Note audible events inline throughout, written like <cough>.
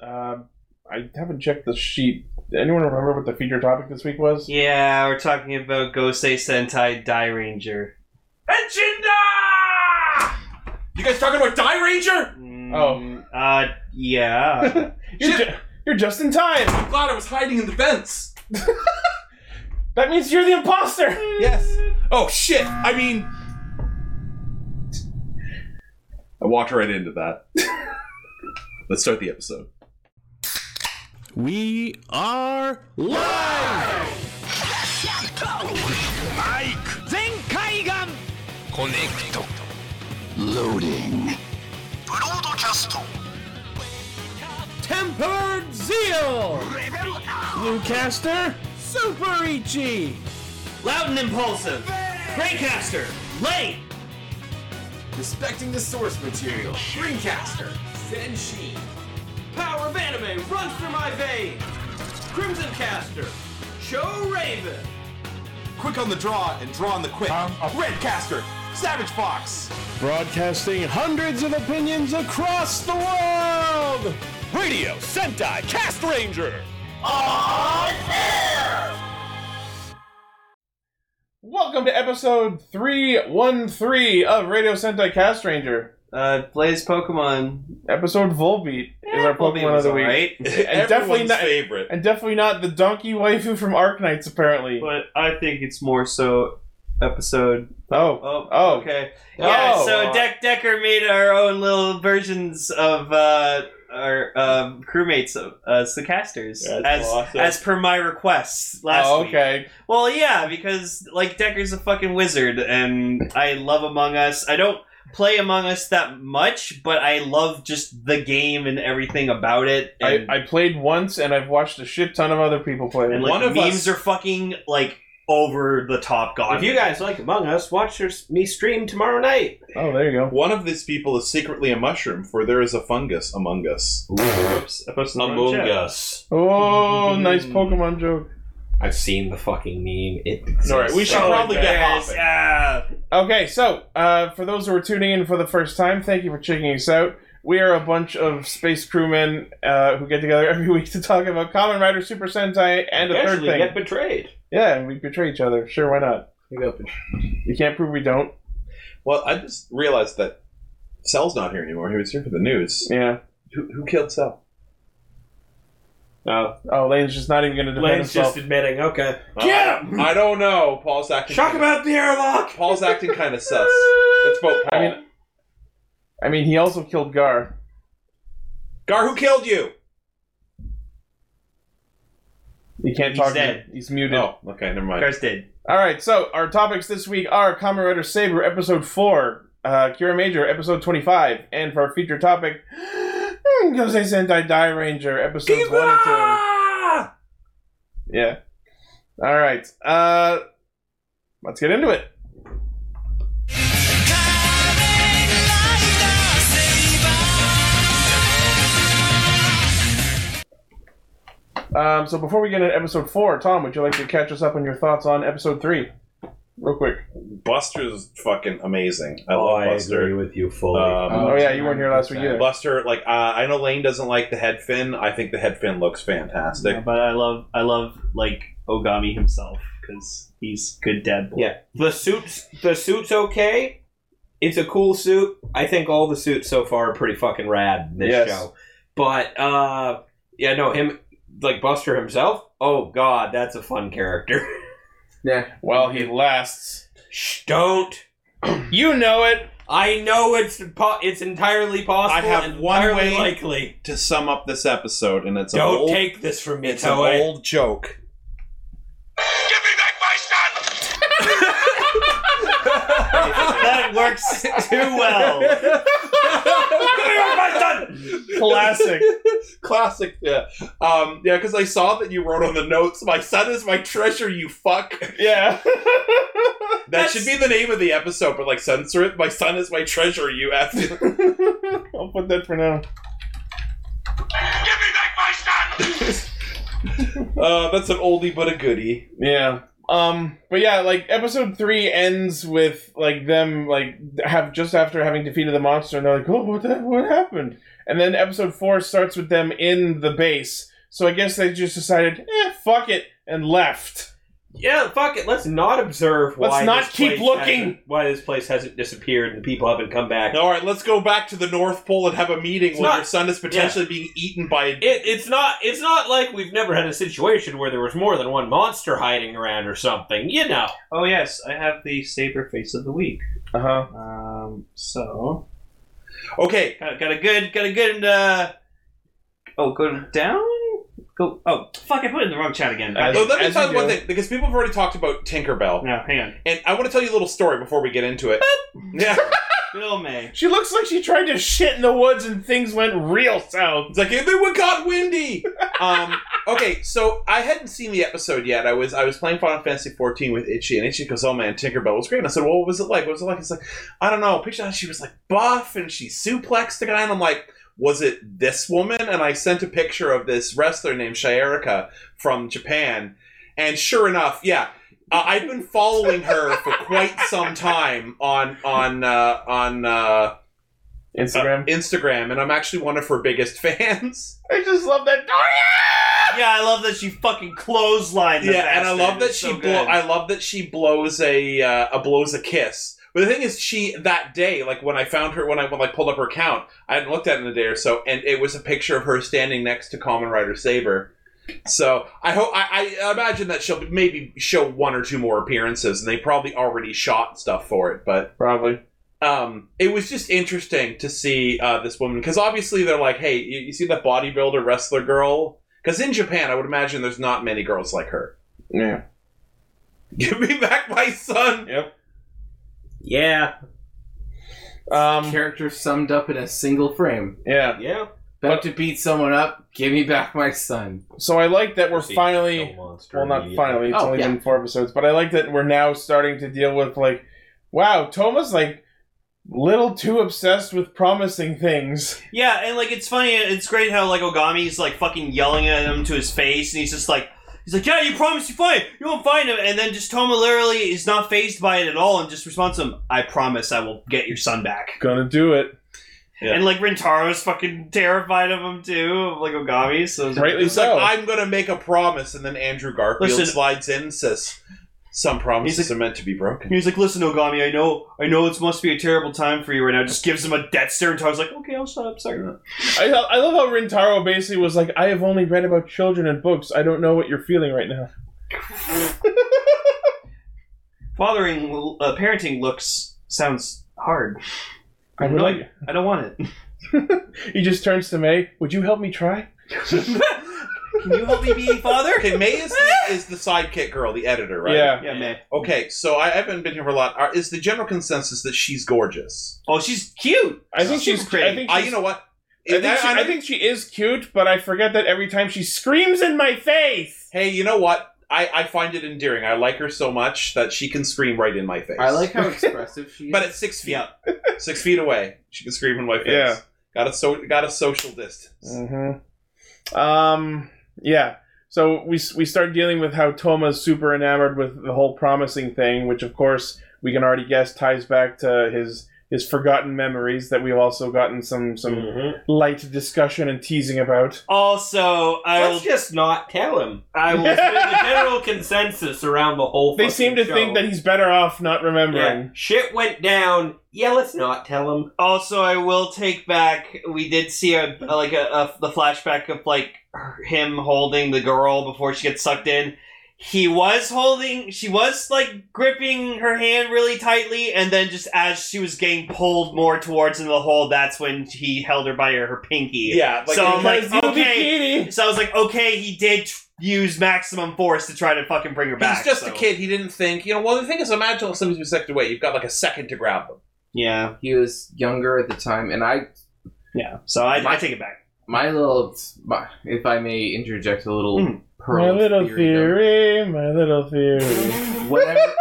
Uh, I haven't checked the sheet. Did anyone remember what the feature topic this week was? Yeah, we're talking about Gosei Sentai Die Ranger. Agenda! You guys talking about Die Ranger? Mm, Uh, yeah. You're, ju- you're just in time. I'm glad I was hiding in the vents. That means you're the imposter. <laughs> Yes. Oh shit! I mean, I walked right into that. <laughs> Let's start the episode. We are live! マイク全海岸コネクトローディングブロードキャスト Tempered Zeal! Bluecaster, Super Ichi! Loud and impulsive. Craycaster. Late. Respecting the source material. Greencaster. Zenshi. Power of anime runs through my veins. Crimson Caster. Show Raven. Quick on the draw and draw on the quick. Um, oh. Redcaster, Savage Fox. Broadcasting hundreds of opinions across the world! Radio Sentai Cast Ranger! Welcome to episode 313 of Radio Sentai Cast Ranger. Uh, plays Pokemon. Episode Volbeat is our Pokemon Eh, Pokemon of Eh, was the week. alright, <laughs> And definitely Everyone's not favorite. and definitely not the donkey waifu from Arknights apparently. but I think it's more so episode. Oh. Oh, Oh. okay. Yeah, Oh. so Deck Decker made our own little versions of uh, our um, crewmates, of, uh, the casters, That's as awesome. as per my request last oh, week. okay. Well, yeah, because like Decker's a fucking wizard, and I love Among Us. I don't play Among Us that much, but I love just the game and everything about it. I, And, I played once and I've watched a shit ton of other people play. and it. like one of memes us- are fucking like over the top. God, If you guys like Among Us, watch your, me stream tomorrow night. oh, there you go. One of these people is secretly a mushroom, for there is a fungus among us. Among Us. Oh, nice Hmm. Pokemon joke. I've seen the fucking meme. It exists. All right, we should Oh, probably yeah. get. Yes, ah. Okay, so uh, for those who are tuning in for the first time, thank you for checking us out. We are a bunch of space crewmen uh, who get together <laughs> every week to talk about Common Rider, Super Sentai, and a third Eventually thing. get betrayed. Yeah, and we betray each other. Sure, why not? We got betrayed. You can't prove we don't. Well, I just realized that Cell's not here anymore. He was here for the news. Yeah. Who, who killed Cell? Oh, Oh, Lane's just not even going to defend Lane's himself. just admitting. Okay. Get him! Uh, I don't know. Paul's acting. Shock him out the airlock. Paul's acting kind of sus. That's about Paul. I mean, I mean, he also killed Gar. Gar, who killed you? He can't He's talk. dead. He's muted. No. Oh, okay, never mind. Cars did. All right, so our topics this week are Kamen Rider Saber episode four, uh, Kira Major episode twenty-five, and for our feature topic, <gasps> hmm, Gosei Sentai Die Ranger episodes one and two. Ah! Yeah. All right. Uh, let's get into it. Um, so before we get into episode four, Tom, would you like to catch us up on your thoughts on episode three, real quick? Buster's fucking amazing. I Oh, love I agree Buster. with you fully. Um, oh yeah, you weren't here last week either. Buster, like, uh, I know Lane doesn't like the head fin. I think the head fin looks fantastic. But I love, I love like Ogami himself because he's good dad boy. Yeah. The suits, the suit's okay. It's a cool suit. I think all the suits so far are pretty fucking rad in this Yes. show. But uh, yeah, no, him like Buster himself. Oh God, that's a fun character. <laughs> Well, he lasts. Shh, don't. You know it. I know it's po- it's entirely possible. I have and one entirely way- likely. To sum up this episode, and it's Don't a whole take this from me, It's an Toei. old joke. Give me back my son! <laughs> that works too <laughs> well. Classic. Classic, yeah. Um, yeah, because I saw that you wrote on the notes, my son is my treasure, you fuck. <laughs> <laughs> yeah. That should be the name of the episode, but like censor it, my son is my treasure, you F. I'll put that for now. Give me back my son! <laughs> uh, that's an oldie but a goodie. Yeah. Um, but yeah, like episode three ends with like them like have just after having defeated the monster, and they're like, "Oh, what the, what happened?" And then episode four starts with them in the base. So I guess they just decided, eh, fuck it, and left. Yeah, fuck it. Let's not observe why. Let's not this keep place looking. hasn't- Why this place hasn't disappeared and people haven't come back? All right, let's go back to the North Pole and have a meeting It's where not- your son is potentially being eaten by a It, it's not. It's not like we've never had a situation where there was more than one monster hiding around or something. You know. Oh yes, I have the saber face of the week. Uh huh. Um, so Okay, got, got a good, got a good. Uh, oh, go down. Go. Oh, fuck! I put it in the wrong chat again. As- so let me as Hmm. tell you you one do. thing because people have already talked about Tinkerbell, no, hang on. and I want to tell you a little story before we get into it. yeah, Good old May. She looks like she tried to shit in the woods and things went real south. It's like "And then we got windy. Um, okay, so I hadn't seen the episode yet. I was I was playing Final Fantasy fourteen with Itchy, and Itchy goes, "Oh man, Tinkerbell was great." And I said, "Well, what was it like? What was it like?" It's like, "I don't know." Picture she was like buff, and she suplexed the guy, and I'm like, "Was it this woman?" And I sent a picture of this wrestler named Shierica from Japan, and sure enough, yeah. Uh, I've been following her for quite some time on on uh, on uh, Instagram. Instagram, and I'm actually one of her biggest <laughs> fans. <laughs> I just love that. Yeah, I love that she fucking clotheslined. the yeah, and I bastard. love that It's she so blow. good. I love that she blows a uh, a blows a kiss. But the thing is, she that day, like when I found her, when I when I pulled up her account, I hadn't looked at it in a day or so, and it was a picture of her standing next to Common Rider Saber. So I hope I, I imagine that she'll maybe show one or two more appearances, and they probably already shot stuff for it. But <laughs> Probably. um, it was just interesting to see uh, this woman because obviously they're like, hey, you, you see that bodybuilder wrestler girl? Because in Japan, I would imagine there's not many girls like her. <laughs> Yeah. Give me back my son. Yeah. Um. Character summed up in a single frame. Yeah. Yeah. About About to beat someone up. Give me back my son. So I like that we're See, finally. no monster Well, not immediately. finally. It's Oh, only yeah. been four episodes, but I like that we're now starting to deal with like, wow, Toma's like little too obsessed with promising things. Yeah, and like it's funny, it's great how like Ogami's like fucking yelling at him to his face, and he's just like, he's like, yeah, you promised you find you won't find him, and then just Toma literally is not phased by it at all, and just responds to him, I promise, I will get your son back. Gonna do it. Yeah. And like Rintaro's fucking terrified of him too, of like Ogami. So it's- Rightly He's like, so. I'm gonna make a promise, and then Andrew Garfield Listen- slides in and says, "Some promises He's like- are meant to be <laughs> broken." He's like, listen, Ogami, I know, I know, it must be a terrible time for you right now. Just gives him a death stare, and Toma's like, okay, I'll shut up. Sorry. I, I love how Rintaro basically was like, I have only read about children in books. I don't know what you're feeling right now. Fathering, uh, parenting looks sounds hard. I would No. like. I don't want it. He just turns to May. Would you help me try? Can you <laughs> help me be a father? Okay, May is the, is the sidekick girl, the editor, right? Yeah. Yeah, man. Okay, so I I haven't been here for a lot. Are, is the general consensus that she's gorgeous? Oh, she's cute. I think she's. pretty. I think I, she's, you know what? I think, she, I think she is cute, but I forget that every time she screams in my face. Hey, you know what? I, I find it endearing. I like her so much that she can scream right in my face. I <laughs> like how expressive she is. but at six feet, Yeah. <laughs> six feet away, she can scream in my face. Yeah. got to so got to social distance. Mm-hmm. Um. Yeah. So we s- we start dealing with how Toma's super enamored with the whole promising thing, which of course we can already guess ties back to his his forgotten memories that we've also gotten some some Mhm. light discussion and teasing about. Also, I will. Let's just not tell him. I will. it's been the general consensus around the whole. They fucking seem to show. think that he's better off not Yeah, remembering. shit went down. Yeah, let's not tell him. Also, I will take back. We did see a like a, a the flashback of like her- him holding the girl before she gets sucked in. He was holding. She was like gripping her hand really tightly, and then just as she was getting pulled more towards into the hole, that's when he held her by her, her pinky. Yeah, like so I'm like, Because you'll be okay. Katie. So I was like, okay, he did tr- use maximum force to try to fucking bring her He's back. just so- a kid. He didn't think. You know, well, the thing is, imagine if somebody's been sucked away. You've got like a second to grab them. Yeah, he was younger at the time, and I yeah. So I, I take it back. my little my, if I may interject a little Mm. pearl My of little dump. theory, my little theory. <laughs> whatever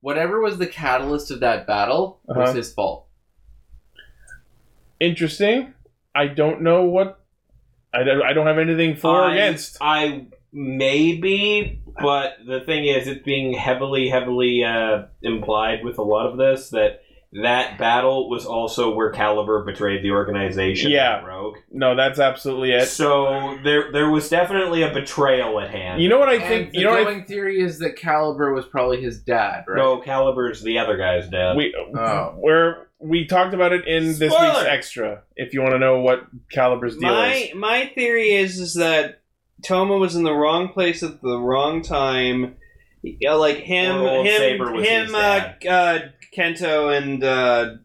whatever was the catalyst of that battle Uh-huh. was his fault. Interesting. I don't know what. I don't, I don't have anything for or I- against. I maybe, but the thing is, it's being heavily, heavily uh, implied with a lot of this that that battle was also where Caliber betrayed the organization. Yeah. and Rogue. No, that's absolutely it. So there, there was definitely a betrayal at hand. You know what I And think? the You know what I going theory is that Caliber was probably his dad, right? No, Caliber's the other guy's dad. we Oh. where we talked about it in this week's Spoiler! extra. If you want to know what Caliber's deal My is, my theory is is that Toma was in the wrong place at the wrong time. Yeah, like him, Or old him, Saber was him, his uh, dad. uh, Kento, and uh,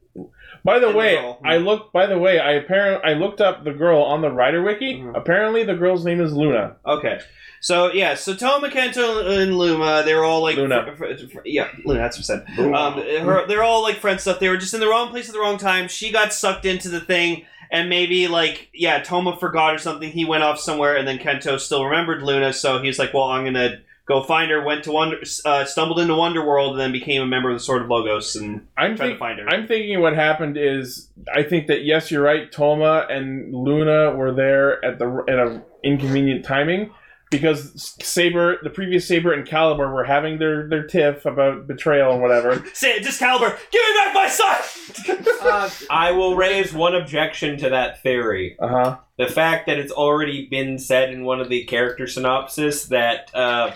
by the and way, the girl. I looked. By the way, I apparent I looked up the girl on the Rider Wiki. Mhm. Apparently, the girl's name is Luna. okay. So yeah, so Toma, Kento, and Luma, they're all like Luna. fr- fr- fr- yeah, Luna. That's what I said. Um, her, they're all like friend stuff. They were just in the wrong place at the wrong time. She got sucked into the thing, and maybe like yeah, Toma forgot or something. He went off somewhere, and then Kento still remembered Luna, so he's like, "Well, I'm gonna go find her." Went to Wonder, uh, stumbled into Wonderworld, and then became a member of the Sword of Logos and I'm tried think, to find her. I'm thinking what happened is I think that yes, you're right. Toma and Luna were there at the at a inconvenient timing because Saber, the previous Saber and Caliber were having their their tiff about betrayal and whatever. Say it, Discalibur, give me back my son. Uh, I will raise one objection to that theory. Uh huh. The fact that it's already been said in one of the character synopsis that uh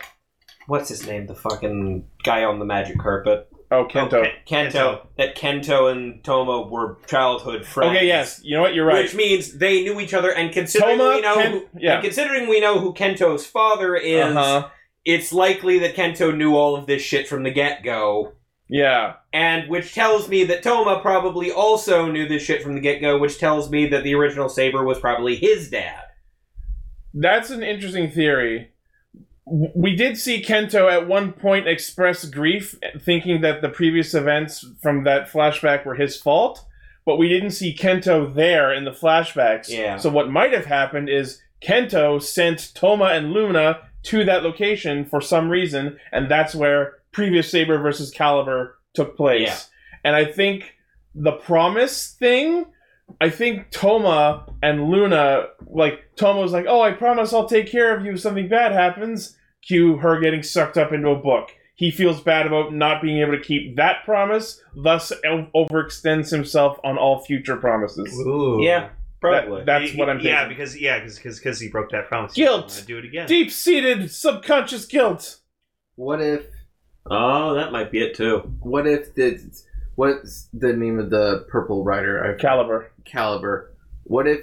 what's his name? The fucking guy on the magic carpet. Oh, Kento. Oh, Ken- Kento. That Kento and Tomo were childhood friends. Okay, yes. You know what? You're right. Which means they knew each other and considering Toma, we know Ken- who, yeah. and considering we know who Kento's father is, Uh-huh. it's likely that Kento knew all of this shit from the get-go. Yeah. And which tells me that Toma probably also knew this shit from the get go, which tells me that the original Saber was probably his dad. That's an interesting theory. W- We did see Kento at one point express grief, thinking that the previous events from that flashback were his fault, but we didn't see Kento there in the flashbacks. Yeah. So what might have happened is Kento sent Toma and Luna to that location for some reason, and that's where previous Saber versus Caliber took place. Yeah. And I think the promise thing I think Toma and Luna, like, Toma was like, oh, I promise I'll take care of you if something bad happens. Cue her getting sucked up into a book. He feels bad about not being able to keep that promise, thus o- overextends himself on all future promises. Ooh. Yeah, probably. That- that's what I'm thinking. Yeah, because yeah, because because he broke that promise. Guilt. He's gonna Do it again. Deep seated subconscious guilt. what if? oh, that might be it too. What if the? What's the name of the purple rider? I Caliber. Caliber. What if?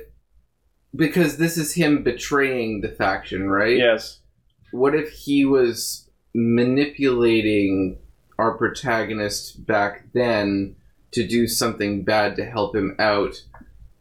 Because this is him betraying the faction, right? Yes. What if he was manipulating our protagonist back then to do something bad to help him out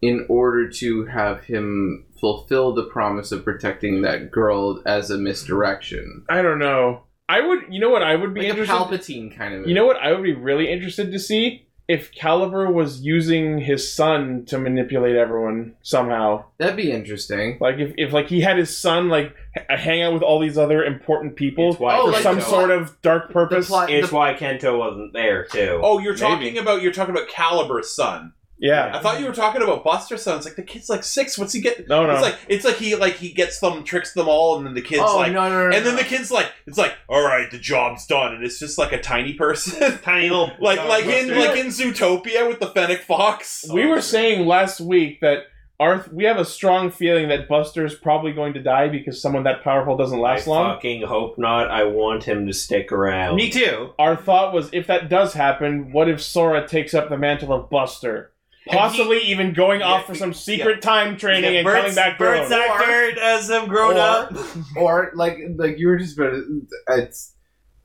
in order to have him fulfill the promise of protecting that girl as a misdirection? I don't know. I would, you know what I would be Like a interested Palpatine kind of. You know what I would be really interested to see? If Caliber was using his son to manipulate everyone somehow. That'd be interesting. Like if, if like he had his son like h- hang out with all these other important people It's why, Oh, for like some the- sort of dark purpose. The plot- it's the- why Kento wasn't there too. Oh, you're talking Maybe. about you're talking about Caliber's son. yeah. I thought you were talking about Buster's son. It's like the kid's like six. What's he get? No, no. It's like it's like he like he gets them, tricks them all, and then the kid's oh like, no, no, no! and then no. the kid's like, it's like, all right, the job's done, and it's just like a tiny person, Tiny little like uh, like in Buster. like in Zootopia with the fennec fox. we were saying last week that Arth we have a strong feeling that Buster's probably going to die because someone that powerful doesn't last I long. fucking hope not. I want him to stick around. Me too. Our thought was if that does happen, what if Sora takes up the mantle of Buster? And he- Possibly even going Yeah, off for he- some secret time training and coming back to Earth. Bert's actor as them grown Or- up. or like like you were just about to, it's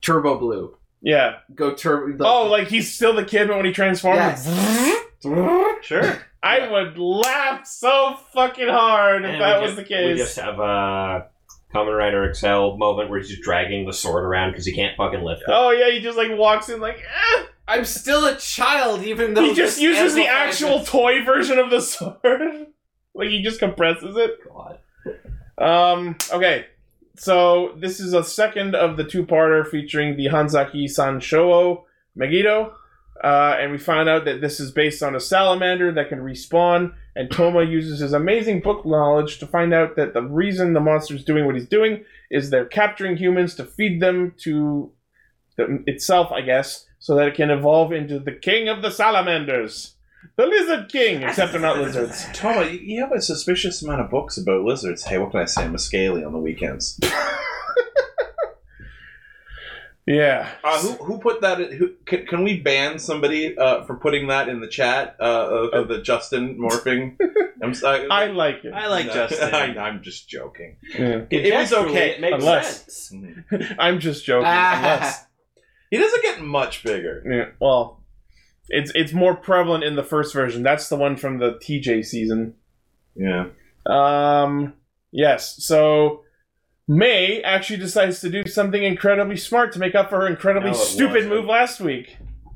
Turbo Blue. Yeah. Go turbo. Oh, like he's still the kid, but when he transforms, <laughs> Yes. Sure. I would laugh so fucking hard if And that we was just- the We just case. have a Common Rider Excel moment where he's just dragging the sword around because he can't fucking lift it. Oh yeah, he just like walks in like eh. I'm still a child, even though he just this uses the amplifies actual it. toy version of the <laughs> sword. like he just compresses it. God. Um. Okay. So this is a second of the two-parter featuring the Hanzaki Sanshō Megiddo, uh, and we find out that this is based on a salamander that can respawn. And Toma uses his amazing book knowledge to find out that the reason the monster's doing what he's doing is they're capturing humans to feed them to the, itself, I guess, so that it can evolve into the king of the salamanders, the lizard king. Except they're not lizards. Toma, you- you have a suspicious amount of books about lizards. Hey, what can I say? I'm a scaly on the weekends. Yeah. Uh, who, who put that? In, who can, can we ban somebody uh, for putting that in the chat uh, of, of the Justin <laughs> morphing? I'm sorry. <laughs> I like it. I like No, Justin. <laughs> I, I'm just joking. Yeah. It was Contextually, okay, It makes unless- sense. <laughs> I'm just joking. Unless, He doesn't get much bigger. yeah, well, it's it's more prevalent in the first version. That's the one from the TJ season. Yeah. Um, yes. So May actually decides to do something incredibly smart to make up for her incredibly No, it stupid wasn't. move last week.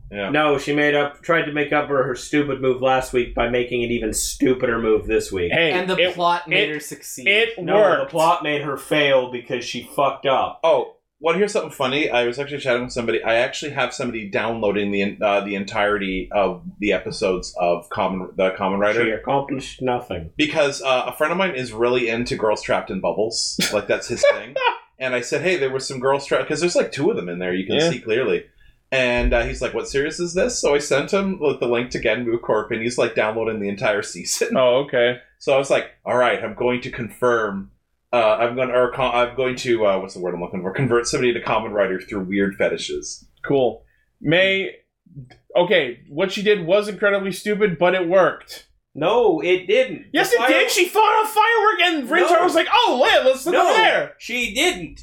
Yeah. No, she made up, tried to make up for her stupid move last week by making an even stupider move this week. Hey, and the it, plot made it- her succeed. it no, the worked. plot made her fail because she fucked up. Oh, well, here's something funny. I was actually chatting with somebody. I actually have somebody downloading the uh, the entirety of the episodes of Common the Common Writer. She accomplished nothing. because uh, a friend of mine is really into girls trapped in bubbles like that's his <laughs> thing and i said hey there was some girls trapped because there's like two of them in there you can Yeah. see clearly and uh, he's like what series is this so i sent him like, the link to ganbu corp and he's like downloading the entire season Oh, okay. <laughs> so i was like all right i'm going to confirm uh, i'm going to or con- i'm going to uh, what's the word i'm looking for convert somebody to common writer through weird fetishes Cool. May. Okay, what she did was incredibly stupid, but it worked. No, it didn't. Yes, The it fire- did. She fought a firework, and Rintar No. was like, "Oh, wait, let's look No, over there." she didn't.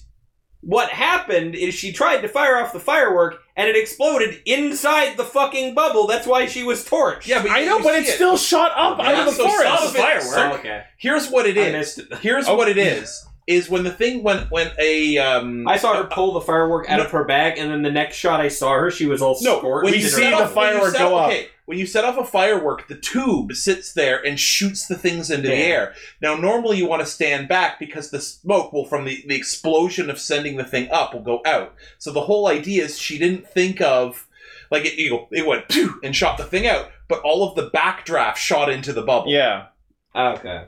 What happened is she tried to fire off the firework and it exploded inside the fucking bubble. That's why she was torched. yeah but I know, but it still shot up out of the so forest. stop it. Oh, okay. here's what it I is missed it. here's Oh. what it is is when the thing went when a um I saw her pull the firework out No. of her bag, and then the next shot I saw her, she was all No, scorched. when We you and see set the her- off- when you firework set- go up. Okay, when you set off a firework, the tube sits there and shoots the things into the Yeah. air. Now, normally you want to stand back because the smoke will, from the, the explosion of sending the thing up, will go out. So the whole idea is she didn't think of. Like it, you know, it went "Phew," and shot the thing out, but all of the backdraft shot into the bubble. Yeah. Okay.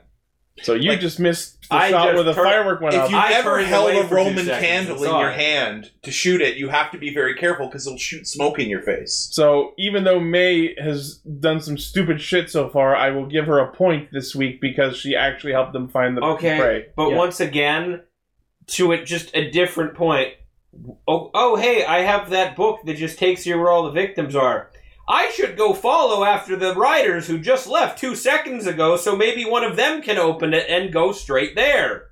So you Like, just missed the I shot just where the turned- firework went If off. you I ever turned held away a for two Roman seconds and candle in saw your it. hand to shoot it, you have to be very careful because it'll shoot smoke in your face. So even though May has done some stupid shit so far, I will give her a point this week because she actually helped them find the Okay. prey. But Yeah. once again, to it just a different point. Oh, oh, hey, I have that book that just takes you where all the victims are. I should go follow after the riders who just left two seconds ago, so maybe one of them can open it and go straight there.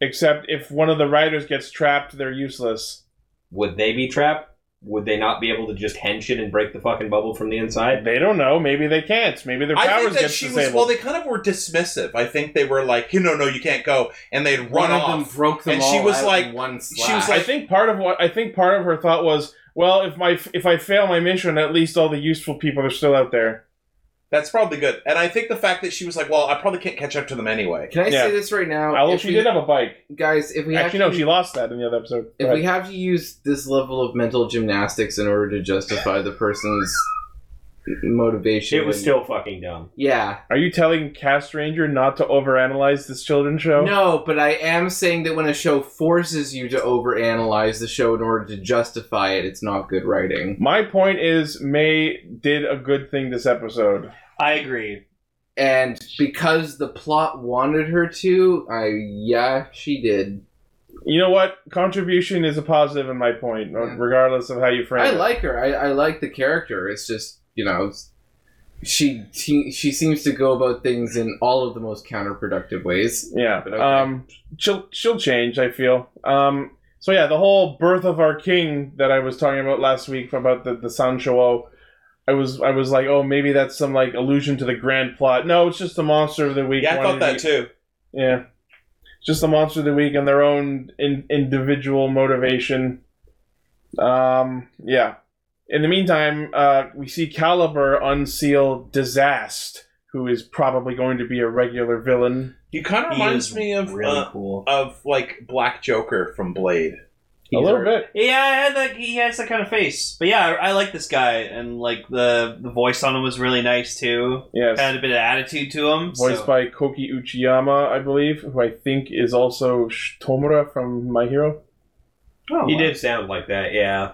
Except if one of the riders gets trapped, they're useless. Would they be trapped? Would they not be able to just hench it and break the fucking bubble from the inside? They don't know. Maybe they can't. Maybe their I powers think get that she was. disabled. Well, they kind of were dismissive. I think they were like, "You know, no, you can't go," and they'd run One off. of them broke them And all she was out in like- one was slash. like- I think part of what I think part of her thought was, well, if my if I fail my mission, at least all the useful people are still out there. That's probably good. And I think the fact that she was like, "Well, I probably can't catch up to them anyway." Can I Yeah. say this right now? Although If she we- did have a bike. guys, if we Actually, have no, to, she lost that in the other episode. if Go we have to use this level of mental gymnastics in order to justify the person's motivation, It was then- still fucking dumb. yeah. Are you telling Cast Ranger not to overanalyze this children's show? No, but I am saying that when a show forces you to overanalyze the show in order to justify it, it's not good writing. My point is, May did a good thing this episode. I agree. And because the plot wanted her to, I yeah, she did. You know what? Contribution is a positive in my point, Yeah. regardless of how you frame I it. like her. I, I like the character. It's just you know, it's- she she, she seems to go about things in all of the most counterproductive ways. yeah. But okay. Um, she'll she'll change. I feel. Um, so yeah, the whole birth of our king that I was talking about last week about the the Sancho. I was I was like, oh, maybe that's some like allusion to the grand plot. No, it's just the monster of the week. Yeah, I wanting thought to that be- too. Yeah. Just the monster of the week and their own in- individual motivation. Um, yeah. In the meantime, uh, we see Caliber unseal Disast, who is probably going to be a regular villain. He kind of reminds me of really uh, cool. of like Black Joker from Blade. a little bit. Yeah, and, like he has that kind of face. But yeah, I, I like this guy, and like the the voice on him was really nice too. Yes. Had a bit of attitude to him. Voiced so- by Koki Uchiyama, I believe, who I think is also Sh- Tomura from My Hero. Oh, He did sound like that, yeah.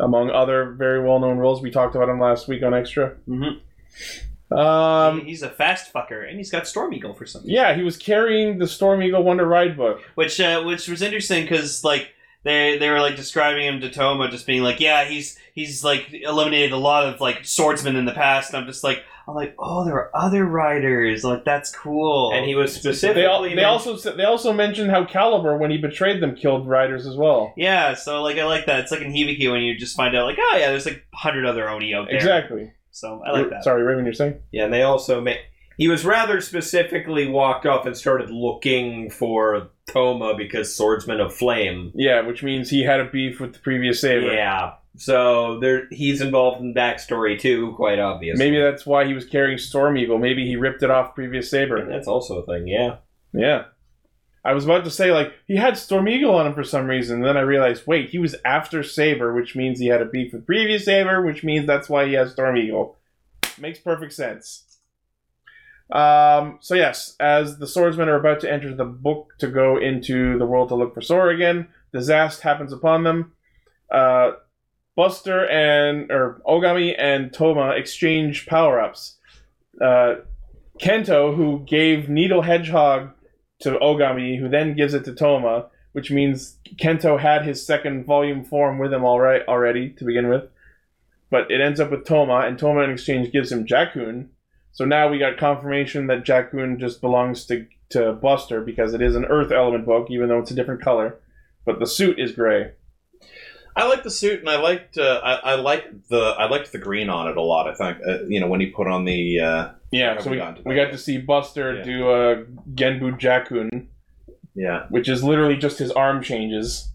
among other very well known roles. We talked about him last week on Extra. Mm-hmm. Um, he's a fast fucker, and he's got Storm Eagle for something. yeah, he was carrying the Storm Eagle Wonder Ride book. which uh, which was interesting because like they they were like describing him to Toma, just being like, yeah, he's he's like eliminated a lot of like swordsmen in the past. And I'm just like, I'm like, oh, there are other riders, like that's cool. And he was specifically. They, al- they men- also said- they also mentioned how Caliber, when he betrayed them, killed riders as well. yeah, so like I like that. It's like in Hibiki when you just find out like, oh yeah, there's like hundred other Oni out there. Exactly. So I like that. Sorry, Raven, you're saying? Yeah, and they also made. He was rather specifically walked off and started looking for Toma because Swordsman of Flame. Yeah, which means he had a beef with the previous saber. Yeah. So there, he's involved in backstory too, quite obviously. Maybe that's why he was carrying Storm Eagle. Maybe he ripped it off previous saber. that's also a thing. Yeah. Yeah. I was about to say like he had Storm Eagle on him for some reason. Then I realized, wait, he was after Saber, which means he had a beef with previous Saber, which means that's why he has Storm Eagle. Makes perfect sense. Um, so yes, as the swordsmen are about to enter the book to go into the world to look for Sora again, disaster happens upon them. Uh, Buster and or Ogami and Toma exchange power ups. Uh, Kento, who gave Needle Hedgehog to Ogami, who then gives it to Toma, which means Kento had his second volume form with him alright already to begin with. But it ends up with Toma, and Toma in exchange gives him Jakun. So now we got confirmation that Jakun just belongs to to Buster because it is an Earth element book, even though it's a different color. But the suit is gray. I liked the suit, and I liked uh, I, I liked the I liked the green on it a lot. I think uh, you know when he put on the uh, Yeah, Have so we we, gotten to we that got to see Buster Yeah. do uh, Genbu Jakun, yeah which is literally just his arm changes.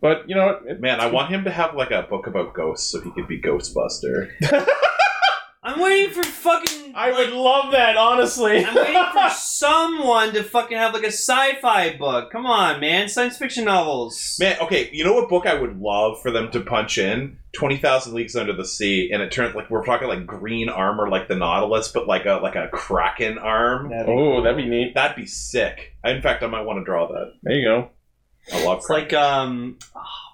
But you know what? It- man. I want him to have like a book about ghosts, so he could be Ghostbuster. I'm waiting for fucking. I would love that, <laughs> honestly. I'm waiting for someone to fucking have like a sci-fi book. Come on, man, science fiction novels. Man, okay, you know what book I would love for them to punch in? Twenty thousand leagues under the sea, and it turns like we're talking like green armor, like the Nautilus, but like a like a kraken arm. oh, that'd be neat. That'd be sick. In fact, I might want to draw that. There you go. I love It's like um,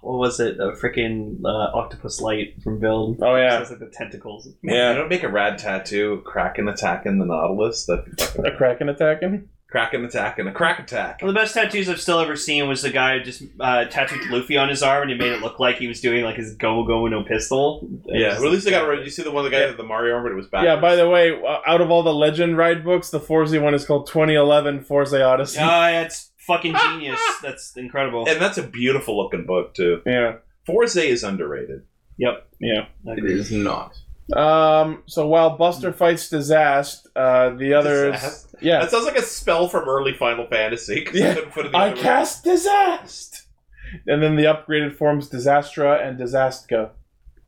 what was it? A freaking uh, octopus light from Build. Oh yeah, It's like the tentacles. yeah. Don't make a rad tattoo. Kraken attacking the Nautilus. That a kraken attacking. kraken attacking the crack attack. One of the best tattoos I've still ever seen was the guy who just uh, tattooed Luffy on his arm, and he made it look like he was doing like his go go no pistol. It Yeah, was- well, <laughs> at least I got it right. You see the one the guy had the Mario arm, but it was back. Yeah. By the way, uh, out of all the Legend ride books, the Forza one is called 2011 Forza Odyssey. Yeah. Ah, that's fucking genius. that's incredible. and that's a beautiful looking book too. yeah. Forza is underrated. It is not. Um. So while Buster fights Disaster, uh, the others. Disaster? Yeah. That sounds like a spell from early Final Fantasy. 'cause Yeah. couldn't put it I together. cast Disast! And then the upgraded forms Disastra and Disastka.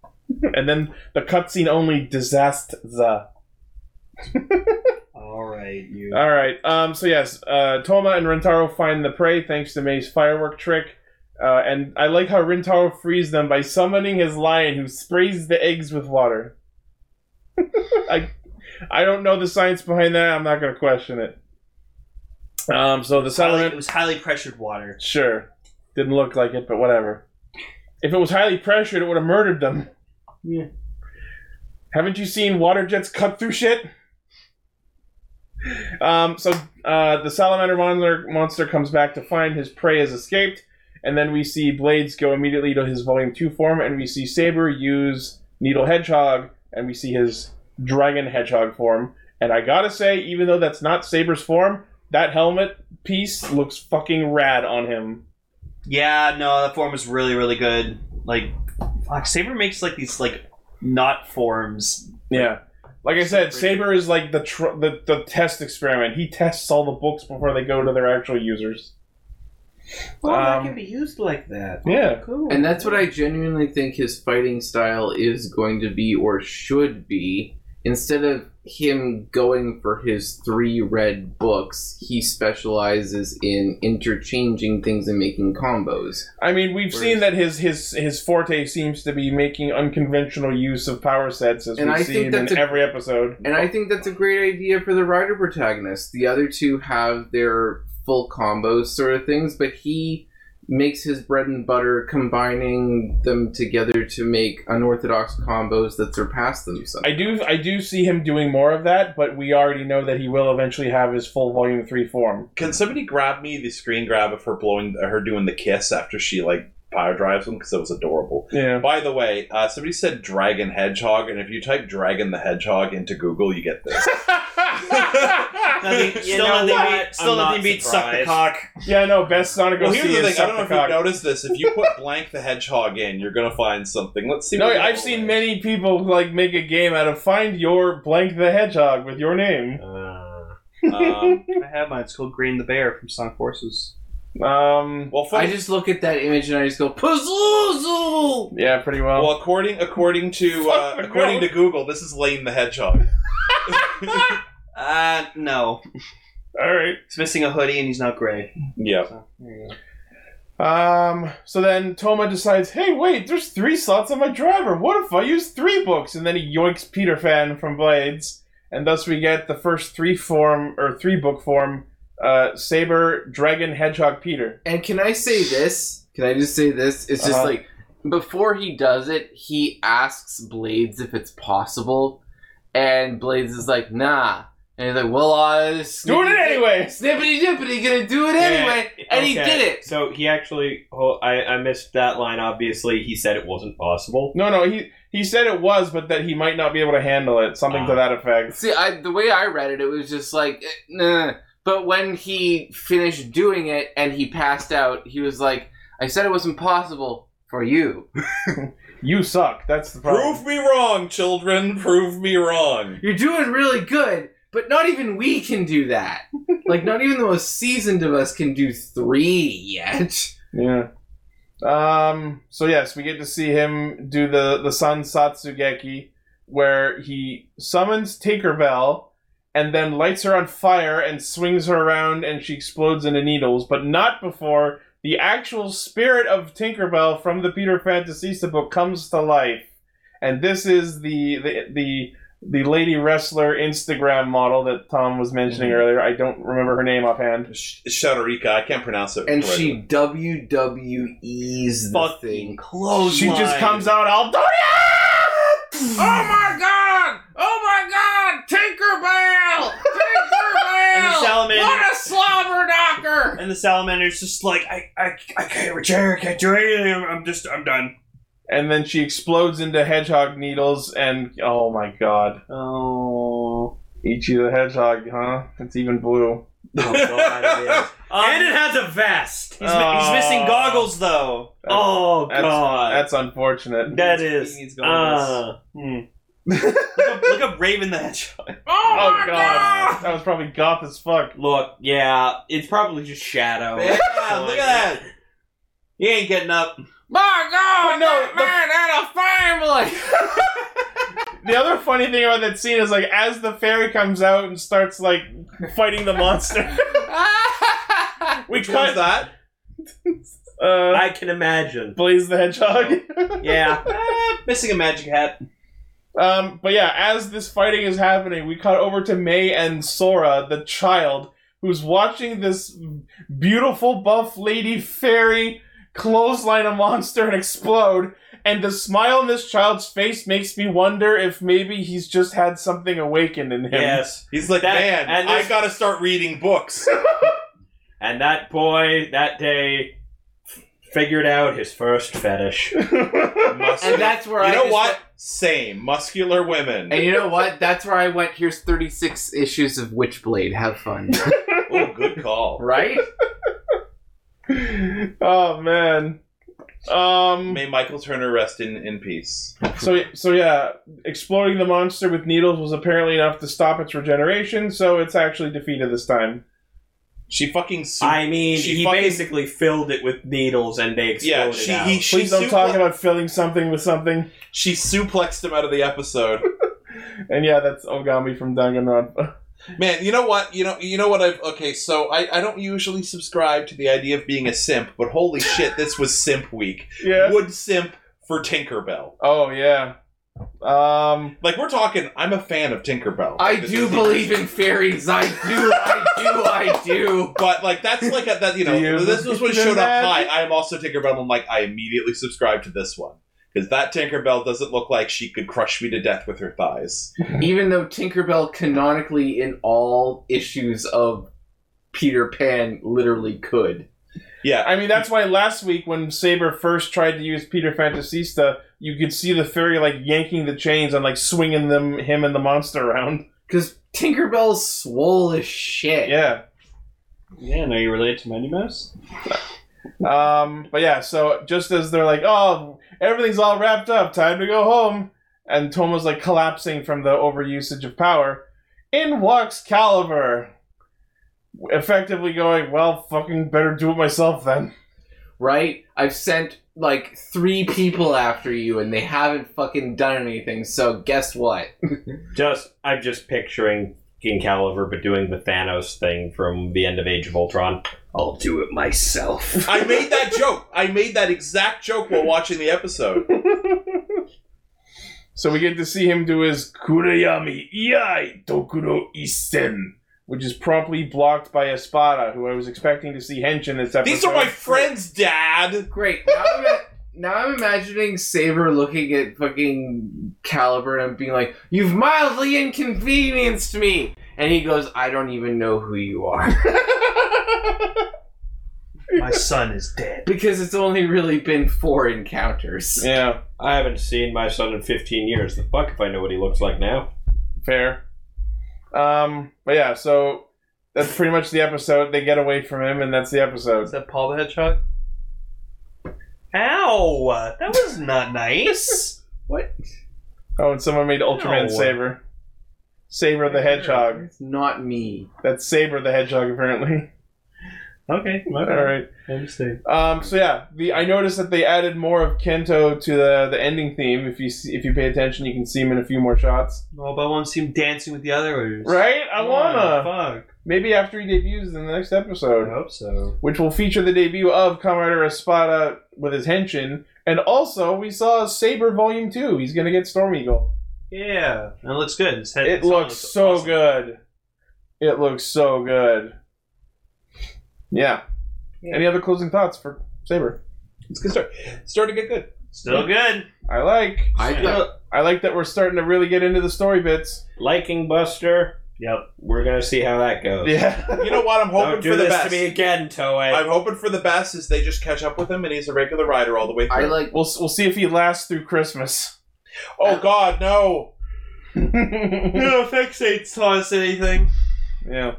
<laughs> and then the cutscene only Disastza. All right, you. Alright, um, so yes, uh, Toma and Rentaro find the prey thanks to May's firework trick. Uh, and I like how Rentaro frees them by summoning his lion who sprays the eggs with water. <laughs> I, I don't know the science behind that. I'm not going to question it. Um, so the Highly- settlement. it was highly pressured water. Sure. Didn't look like it, but whatever. If it was highly pressured, it would have murdered them. Yeah. Haven't you seen water jets cut through shit? Um, so uh, the salamander monster, monster comes back to find his prey has escaped, and then we see Blades go immediately to his Volume 2 form, and we see Saber use Needle Hedgehog, and we see his Dragon Hedgehog form. And I gotta say, even though that's not Saber's form, that helmet piece looks fucking rad on him. Yeah, no, that form was really, really good. Like, fuck, Saber makes like these like not forms. Yeah. Like I said, Pretty- Saber is like the, tr- the the test experiment. He tests all the books before they go to their actual users. Well, Um, that can be used like that. Yeah. Cool. And that's what I genuinely think his fighting style is going to be or should be. Instead of him going for his three red books, he specializes in interchanging things and making combos. I mean, we've seen that his his his forte seems to be making unconventional use of power sets, as And I we've think seen in that's a- every episode. And I think that's a great idea for the rider protagonist. The other two have their full combos sort of things, but he makes his bread and butter combining them together to make unorthodox combos that surpass themselves. I do I do see him doing more of that, but we already know that he will eventually have his full volume three form. Can somebody grab me the screen grab of her blowing her doing the kiss after she like power drives him because it was adorable. Yeah. By the way, uh, somebody said dragon hedgehog, and if you type dragon the hedgehog into Google, you get this. Nothing, You still know nothing what? beat, still I'm not nothing beat suck the surprised. cock. <laughs> Yeah, no, best Sonic well, OC here's is the thing. I Suck don't know the if you've Cock. noticed this. If you put blank the hedgehog in, you're gonna find something. Let's see. No, what- I've seen many people like make a game out of find your blank the hedgehog with your name. Uh, <laughs> Um, I have mine. It's called Green the Bear from Sonic Forces. Um, well, funny- I just look at that image and I just go, Pazoozle! yeah, pretty well. well, according according to uh, Fuck, according no. to Google, this is Lane the hedgehog. Uh, no. All right. He's missing a hoodie and he's not gray. yeah. So, there you go. Um, so then Toma decides, hey, wait, there's three slots on my driver. What if I use three books? And then he yoinks Peter Fan from Blades, and thus we get the first three form or three book form, uh, Saber, Dragon, Hedgehog, Peter. And can I say this? Can I just say this? It's just Uh-huh. like before he does it, he asks Blades if it's possible, and Blades is like, "Nah," and he's like, "Well, I Doing it anyway. Snippity dippity, gonna do it anyway," and he Okay. did it. So he actually, oh, I, I missed that line. Obviously, he said it wasn't <laughs> possible. No, no, he he said it was, but that he might not be able to handle it, something to Ah. that effect. See, I, the way I read it, it was just like, eh, nah. But when he finished doing it and he passed out, he was like, "I said it was impossible for you." You suck. That's the problem. Prove me wrong, children. Prove <laughs> me wrong. You're doing really good, but not even we can do <laughs> that. like, not even the most seasoned of us can do three yet. Yeah. Um. So yes, we get to see him do the the San Satsugeki, where he summons Tinkerbell, and then lights her on fire and swings her around, and she explodes into needles, but not before the actual spirit of Tinkerbell from the Peter Fantasista book comes to life, and this is the the the. The lady wrestler Instagram model that Tom was mentioning earlier. I don't remember her name offhand. Sh- Shadowrika, I can't pronounce it. And correctly. she WWE's the Fucking thing. close. She just comes out all, do Oh my god! Oh my god! Tinkerbell! And the Tinkerbell! salamander. what a slobber knocker! And the salamander's just like, I, I, I can't reach her. I can't do anything. I'm, I'm just, I'm done. and then she explodes into hedgehog needles and oh my god Oh. ichi the hedgehog huh it's even blue Oh, God, it is. and it has a vest. He's, mi- he's missing Oh. goggles though. Oh That's- God, that's unfortunate that He's- is. he's Uh, goggles. Hmm. look, up, look up Raven the Hedgehog. oh, god. that was probably goth as fuck look, yeah, it's probably just shadow. Yeah, <laughs> look at that. He ain't getting up. My god! But no, that the- man had a family! <laughs> the other funny thing about that scene is like as the fairy comes out and starts like fighting the monster we Which one's cut that? uh I can <laughs> imagine. blaze the Oh, <laughs> hedgehog Yeah, Ah, Missing a magic hat. Um, but yeah, as this fighting is happening, we cut over to May and Sora, the child, who's watching this beautiful buff lady fairy clothesline a monster and explode. And the smile on this child's face makes me wonder if maybe he's just had something awakened in him. yes. He's like, That- man, and I this- gotta start reading books. And that boy that day f- figured out his first <laughs> fetish. Muscular- and that's where I you know just what? Same muscular women. And you know what? That's where I went. Here's 36 issues of Witchblade. Have fun. oh, good call. <laughs> right? <laughs> oh man. Um May Michael Turner rest in, in peace. So so yeah, exploding the monster with needles was apparently enough to stop its regeneration, so it's actually defeated this time. She fucking. Su- I mean, She he fucking- basically filled it with needles and they exploded yeah, she out. he, she, Please don't suple- talk about filling something with something. she suplexed him out of the episode. And yeah, that's Ogami from Danganronpa. Man, you know what? You know you know what I've okay, so I, I don't usually subscribe to the idea of being a simp, but holy shit, this was simp week. yeah. Would simp for Tinkerbell. Oh yeah. Um, Like we're talking, I'm a fan of Tinkerbell. I This do is- believe in fairies. I do. I do. I do. But like that's like a, that you know Do you this was what believe in showed up that? high. I am also Tinkerbell. I'm like I immediately subscribed to this one because that Tinkerbell doesn't look like she could crush me to death with her thighs. Even though Tinkerbell canonically in all issues of Peter Pan literally could. Yeah, I mean, that's why last week when Saber first tried to use Peter Fantasista, you could see the fairy like yanking the chains and like swinging them, him and the monster around. <laughs> Because Tinkerbell's swole as shit. Yeah. Yeah, and are you related to Mindy Mouse? Um, but yeah, so just as they're like, oh, everything's all wrapped up, time to go home, and Toma's like collapsing from the overusage of power, in walks Caliber, effectively going, well, fucking better do it myself then. Right? I've sent like three people after you and they haven't fucking done anything, so guess what? Just I'm just picturing King Caliber, but doing the Thanos thing from the end of Age of Ultron. I'll do it myself. I made that joke. I made that exact joke while watching the episode. So we get to see him do his Kurayami Iai Dokuro Isen, which is promptly blocked by Espada, who I was expecting to see hench in this episode. These are my friends, Dad. Great. Now I'm, now I'm imagining Saber looking at fucking Caliber and being like, You've mildly inconvenienced me! And he goes, I don't even know who you are. <laughs> My son is dead. because it's only really been four encounters. Yeah, I haven't seen my son in 15 years. The fuck if I know what he looks like now. fair. Um, but yeah, so that's pretty much the episode. They get away from him, and that's the episode. Is that Paul the Hedgehog? Ow! That was not <laughs> nice. Oh, and someone made Ultraman No. Saber. Saber the Hedgehog. It's not me. That's Saber the Hedgehog, apparently. okay, my All bad. right. I understand. Um, so yeah, the I noticed that they added more of Kento to the the ending theme. If you see, if you pay attention, you can see him in a few more shots. Well, but I want to see him dancing with the others. Right? I wanna. Fuck. Maybe after he debuts in the next I episode, hope so. which will feature the debut of Commander Espada with his henshin, and also we saw Saber Volume Two. He's gonna get Storm Eagle. Yeah, and it looks good. His head, It his arm looks so awesome. good. It looks so good. Yeah. Any other closing thoughts for Saber? It's good start. Start to get good. Still <laughs> good. I like. I thought I like that we're starting to really get into the story bits. Liking Buster. Yep. We're gonna see how that <laughs> goes. Yeah. You know what? I'm hoping Don't do for the this best. to me again, Toei. I'm hoping for the best is they just catch up with him and he's a regular rider all the way through. I like We'll we'll see if he lasts through Christmas. <laughs> oh God, no! No fixates toss anything. yeah.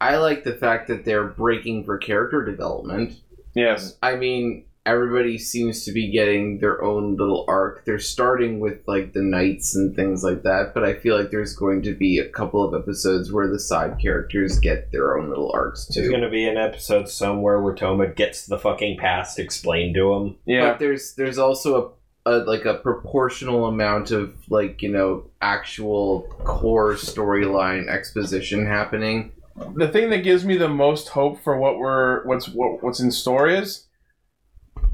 I like the fact that they're breaking for character development. Yes. I mean, everybody seems to be getting their own little arc. They're starting with like the knights and things like that, but I feel like there's going to be a couple of episodes where the side characters get their own little arcs There's too. gonna be an episode somewhere where Toma gets the fucking past explained to him. Yeah. But there's there's also a, a like a proportional amount of like you know actual core storyline exposition happening. The thing that gives me the most hope for what we're what's what, what's in store is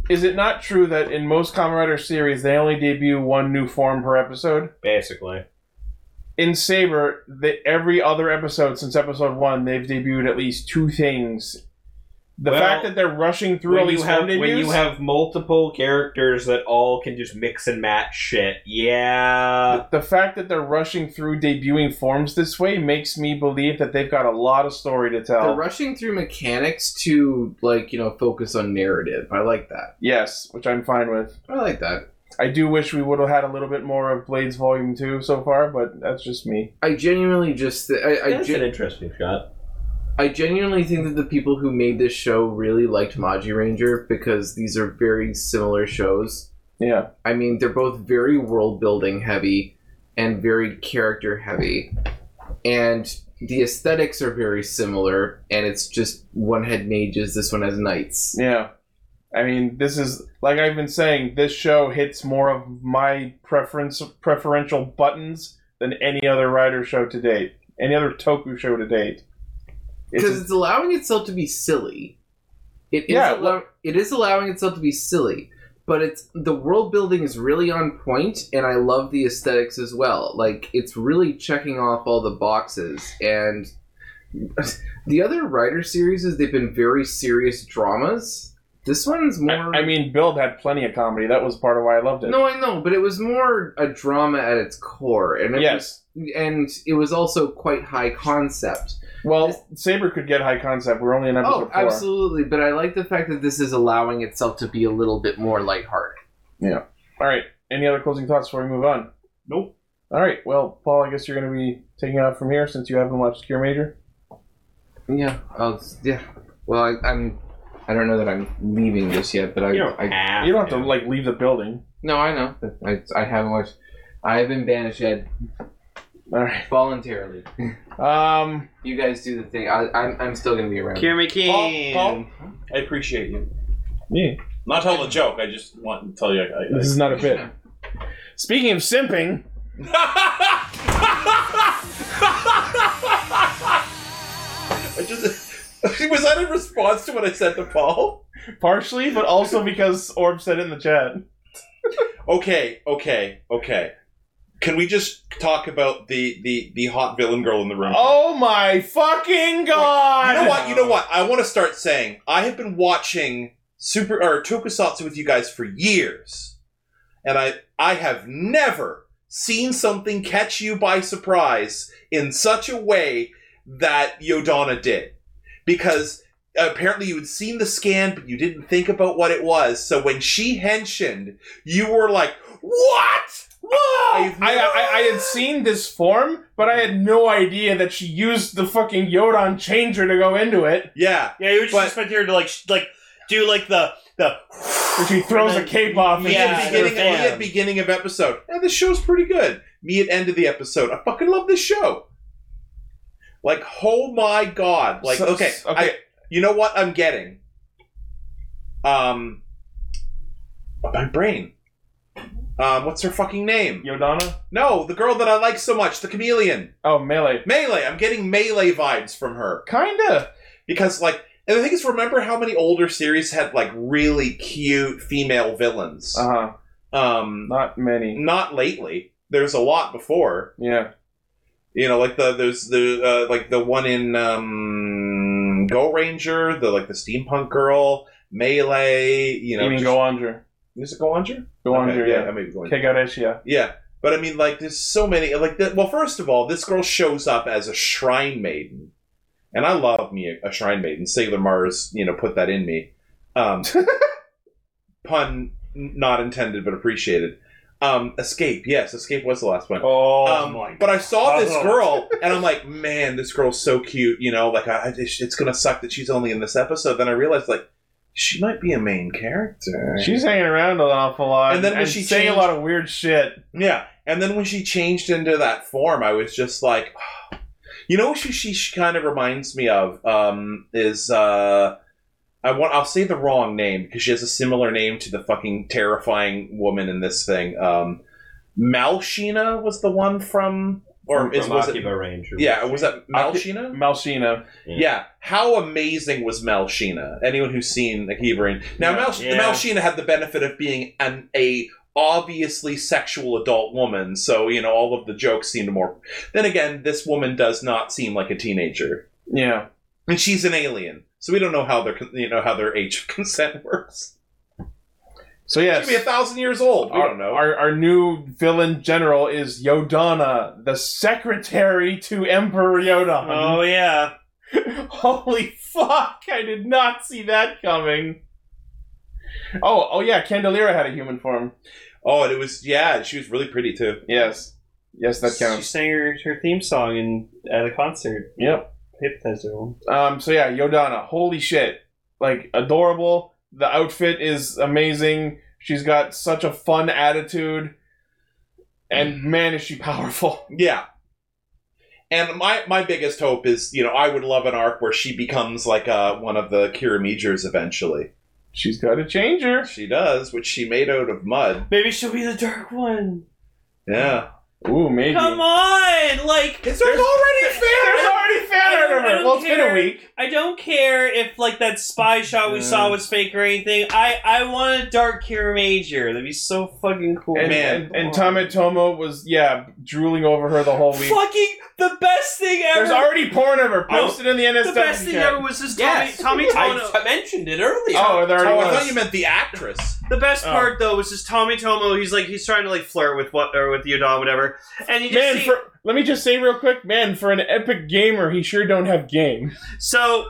is it not true that in most Kamen Rider series they only debut one new form per episode? Basically, In Saber, the, every other episode since episode one, they've debuted at least two things. The Well, fact that they're rushing through all when these you have form when you debuts- have multiple characters that all can just mix and match shit, yeah, the fact that they're rushing through debuting forms this way makes me believe that they've got a lot of story to They're tell. rushing through mechanics to like you know focus on narrative. I like that. yes, which I'm fine with. I like that. I do wish we would have had a little bit more of Blades Volume 2 so far, but that's just me. I genuinely just I, I that's gen- an interesting shot. I genuinely think that the people who made this show really liked Maji Ranger because these are very similar shows. Yeah. I mean, they're both very world building heavy and very character heavy. And the aesthetics are very similar, and it's just one had mages, this one has knights. Yeah. I mean, this is like I've been saying, this show hits more of my preference preferential buttons than any other writer show to date. Any other toku show to date. It's Because it's allowing itself to be silly. It is, Yeah, allow- it is allowing itself to be silly. but it's the world building is really on point and i love the aesthetics as well like it's really checking off all the boxes and <laughs> the other writer series is they've been very serious dramas this one's I, more I mean, Build had plenty of comedy. That was part of why I loved it. no i know but it was more a drama at its core and it yes. was, and it was also quite high concept Well, Saber could get high concept. We're only in episode Oh, four. absolutely. But I like the fact that this is allowing itself to be a little bit more lighthearted. All right. Any other closing thoughts before we move on? Nope. All right. Well, Paul, I guess you're going to be taking off from here since you haven't watched Cure Major. Yeah. Oh, yeah. Well, I, I'm. I don't know that I'm leaving this yet, but I. You don't I have You don't have to like leave the building. no, I know. but I, I haven't watched. I have been banished Ed, All right. voluntarily. Um. You guys do the thing. I, I'm, I'm still gonna be around. Jeremy Paul, King. Paul, I appreciate you. Yeah. Not tell the joke. I just want to tell you. I, I, This is not a bit. Speaking of simping, I just <laughs> was that in response to what I said to Paul? partially, but also because Orb said it in the chat. Okay, okay, okay. Can we just talk about the the the hot villain girl in the room? Oh my fucking god! you know what? You know what? I want to start saying I have been watching Super or Tokusatsu with you guys for years, and I I have never seen something catch you by surprise in such a way that Yodana did, because apparently you had seen the scan but you didn't think about what it was. So when she henshined, you were like, "What? Whoa!" I, I, I, I had seen this form, but I had no idea that she used the fucking Yodan changer to go into it, yeah. Yeah, you were just But- expecting her to like sh- like do like the the where she throws a cape off. and Yeah, shoots at her beginning, they're form. me at fans. beginning of episode. Yeah, this show's pretty good. Me at end of the episode. I fucking love this show. Like, oh my god! Like, So- okay, so- okay. I, you know what I'm getting? Um, my brain. Um, what's her fucking name? Yodana? No, the girl that I like so much, the chameleon, Oh, melee. Melee. I'm getting Melee vibes from her Kinda. because, like, and the thing is, remember how many older series had like really cute female villains? Uh huh. um, Not many. not lately. There's a lot before. Yeah. You know, like the there's the uh, like the one in um, Go Ranger, the like the steampunk girl, melee. You You, know, mean just- Go Andra? is it Go Ranger? Go Andra, Okay, yeah. I may be Go Ranger. Take out Eshia. Yeah, but I mean, like there's so many. Like, the, well, first of all, this girl shows up as a shrine maiden, and I love me a, a shrine maiden. Sailor Mars, you know, put that in me. <laughs> Um, pun n- not intended, but appreciated. Um, escape, yes, escape was the last one. oh Um, but I saw this girl, and I'm like, man, this girl's so cute. You know, like I, I- it's, it's gonna suck that she's only in this episode. Then I realized, like, she might be a main character. She's hanging around an awful lot. And then when and she saying changed- a lot of weird shit. yeah. And then when she changed into that form, I was just like, <sighs> you know, what she she, she kind of reminds me of um, is uh, I want I'll say the wrong name because she has a similar name to the fucking terrifying woman in this thing. Um, Malshina was the one from. Or is, was it Ranger. Yeah, was that Malshina? Malshina. Yeah. How amazing was Malshina? Anyone who's seen Akibarin. Now, Yeah. Malsh- Yeah. Malshina had the benefit of being an a obviously sexual adult woman, so you know all of the jokes seemed more. Then again, this woman does not seem like a teenager, Yeah. and she's an alien, so we don't know how their con- you know how their age of consent works. So, yes. She could be a thousand years old. We our, don't know. Our, our new villain general is Yodana, the secretary to Emperor Yodan. Oh yeah. <laughs> Holy fuck! I did not see that coming. Oh, oh yeah, Candelira had a human form. oh, and it was yeah. She was really pretty too. Yes, yes, that She counts. sang her, her theme song in at a concert. Yep. Hypnotized everyone. Um. So yeah, Yodana. Holy shit! Like adorable. The outfit is amazing. She's got such a fun attitude. And man, is she powerful! <laughs> Yeah. And my, my biggest hope is, you know, I would love an arc where she becomes like uh, one of the Kiramijers eventually. She's got a changer. She does, which she made out of mud. Maybe she'll be the dark one. Yeah. Ooh, maybe. Come on, like Is there already fan? There's already fan I art don't- of I it. don't Well, it's been a care. week. I don't care if like that spy shot we saw was fake or anything. I I want a dark Kira Major. That'd be so fucking cool. And, Oh, Man, and, and Tametomo was yeah drooling over her the whole week. Fucking the best thing ever. There's already porn of her posted in the NSW. the best thing chat. ever was this Tommy <laughs> Yes, Tommy Tono. I, I mentioned it earlier. <laughs> Oh, there already Oh, I was. thought you meant the actress. The best Oh. part though was just Tommy Tomo. He's like he's trying to like flirt with what or with Yudon, whatever. And you just man, see- for, let me just say real quick, man, for an epic gamer, he sure don't have game. so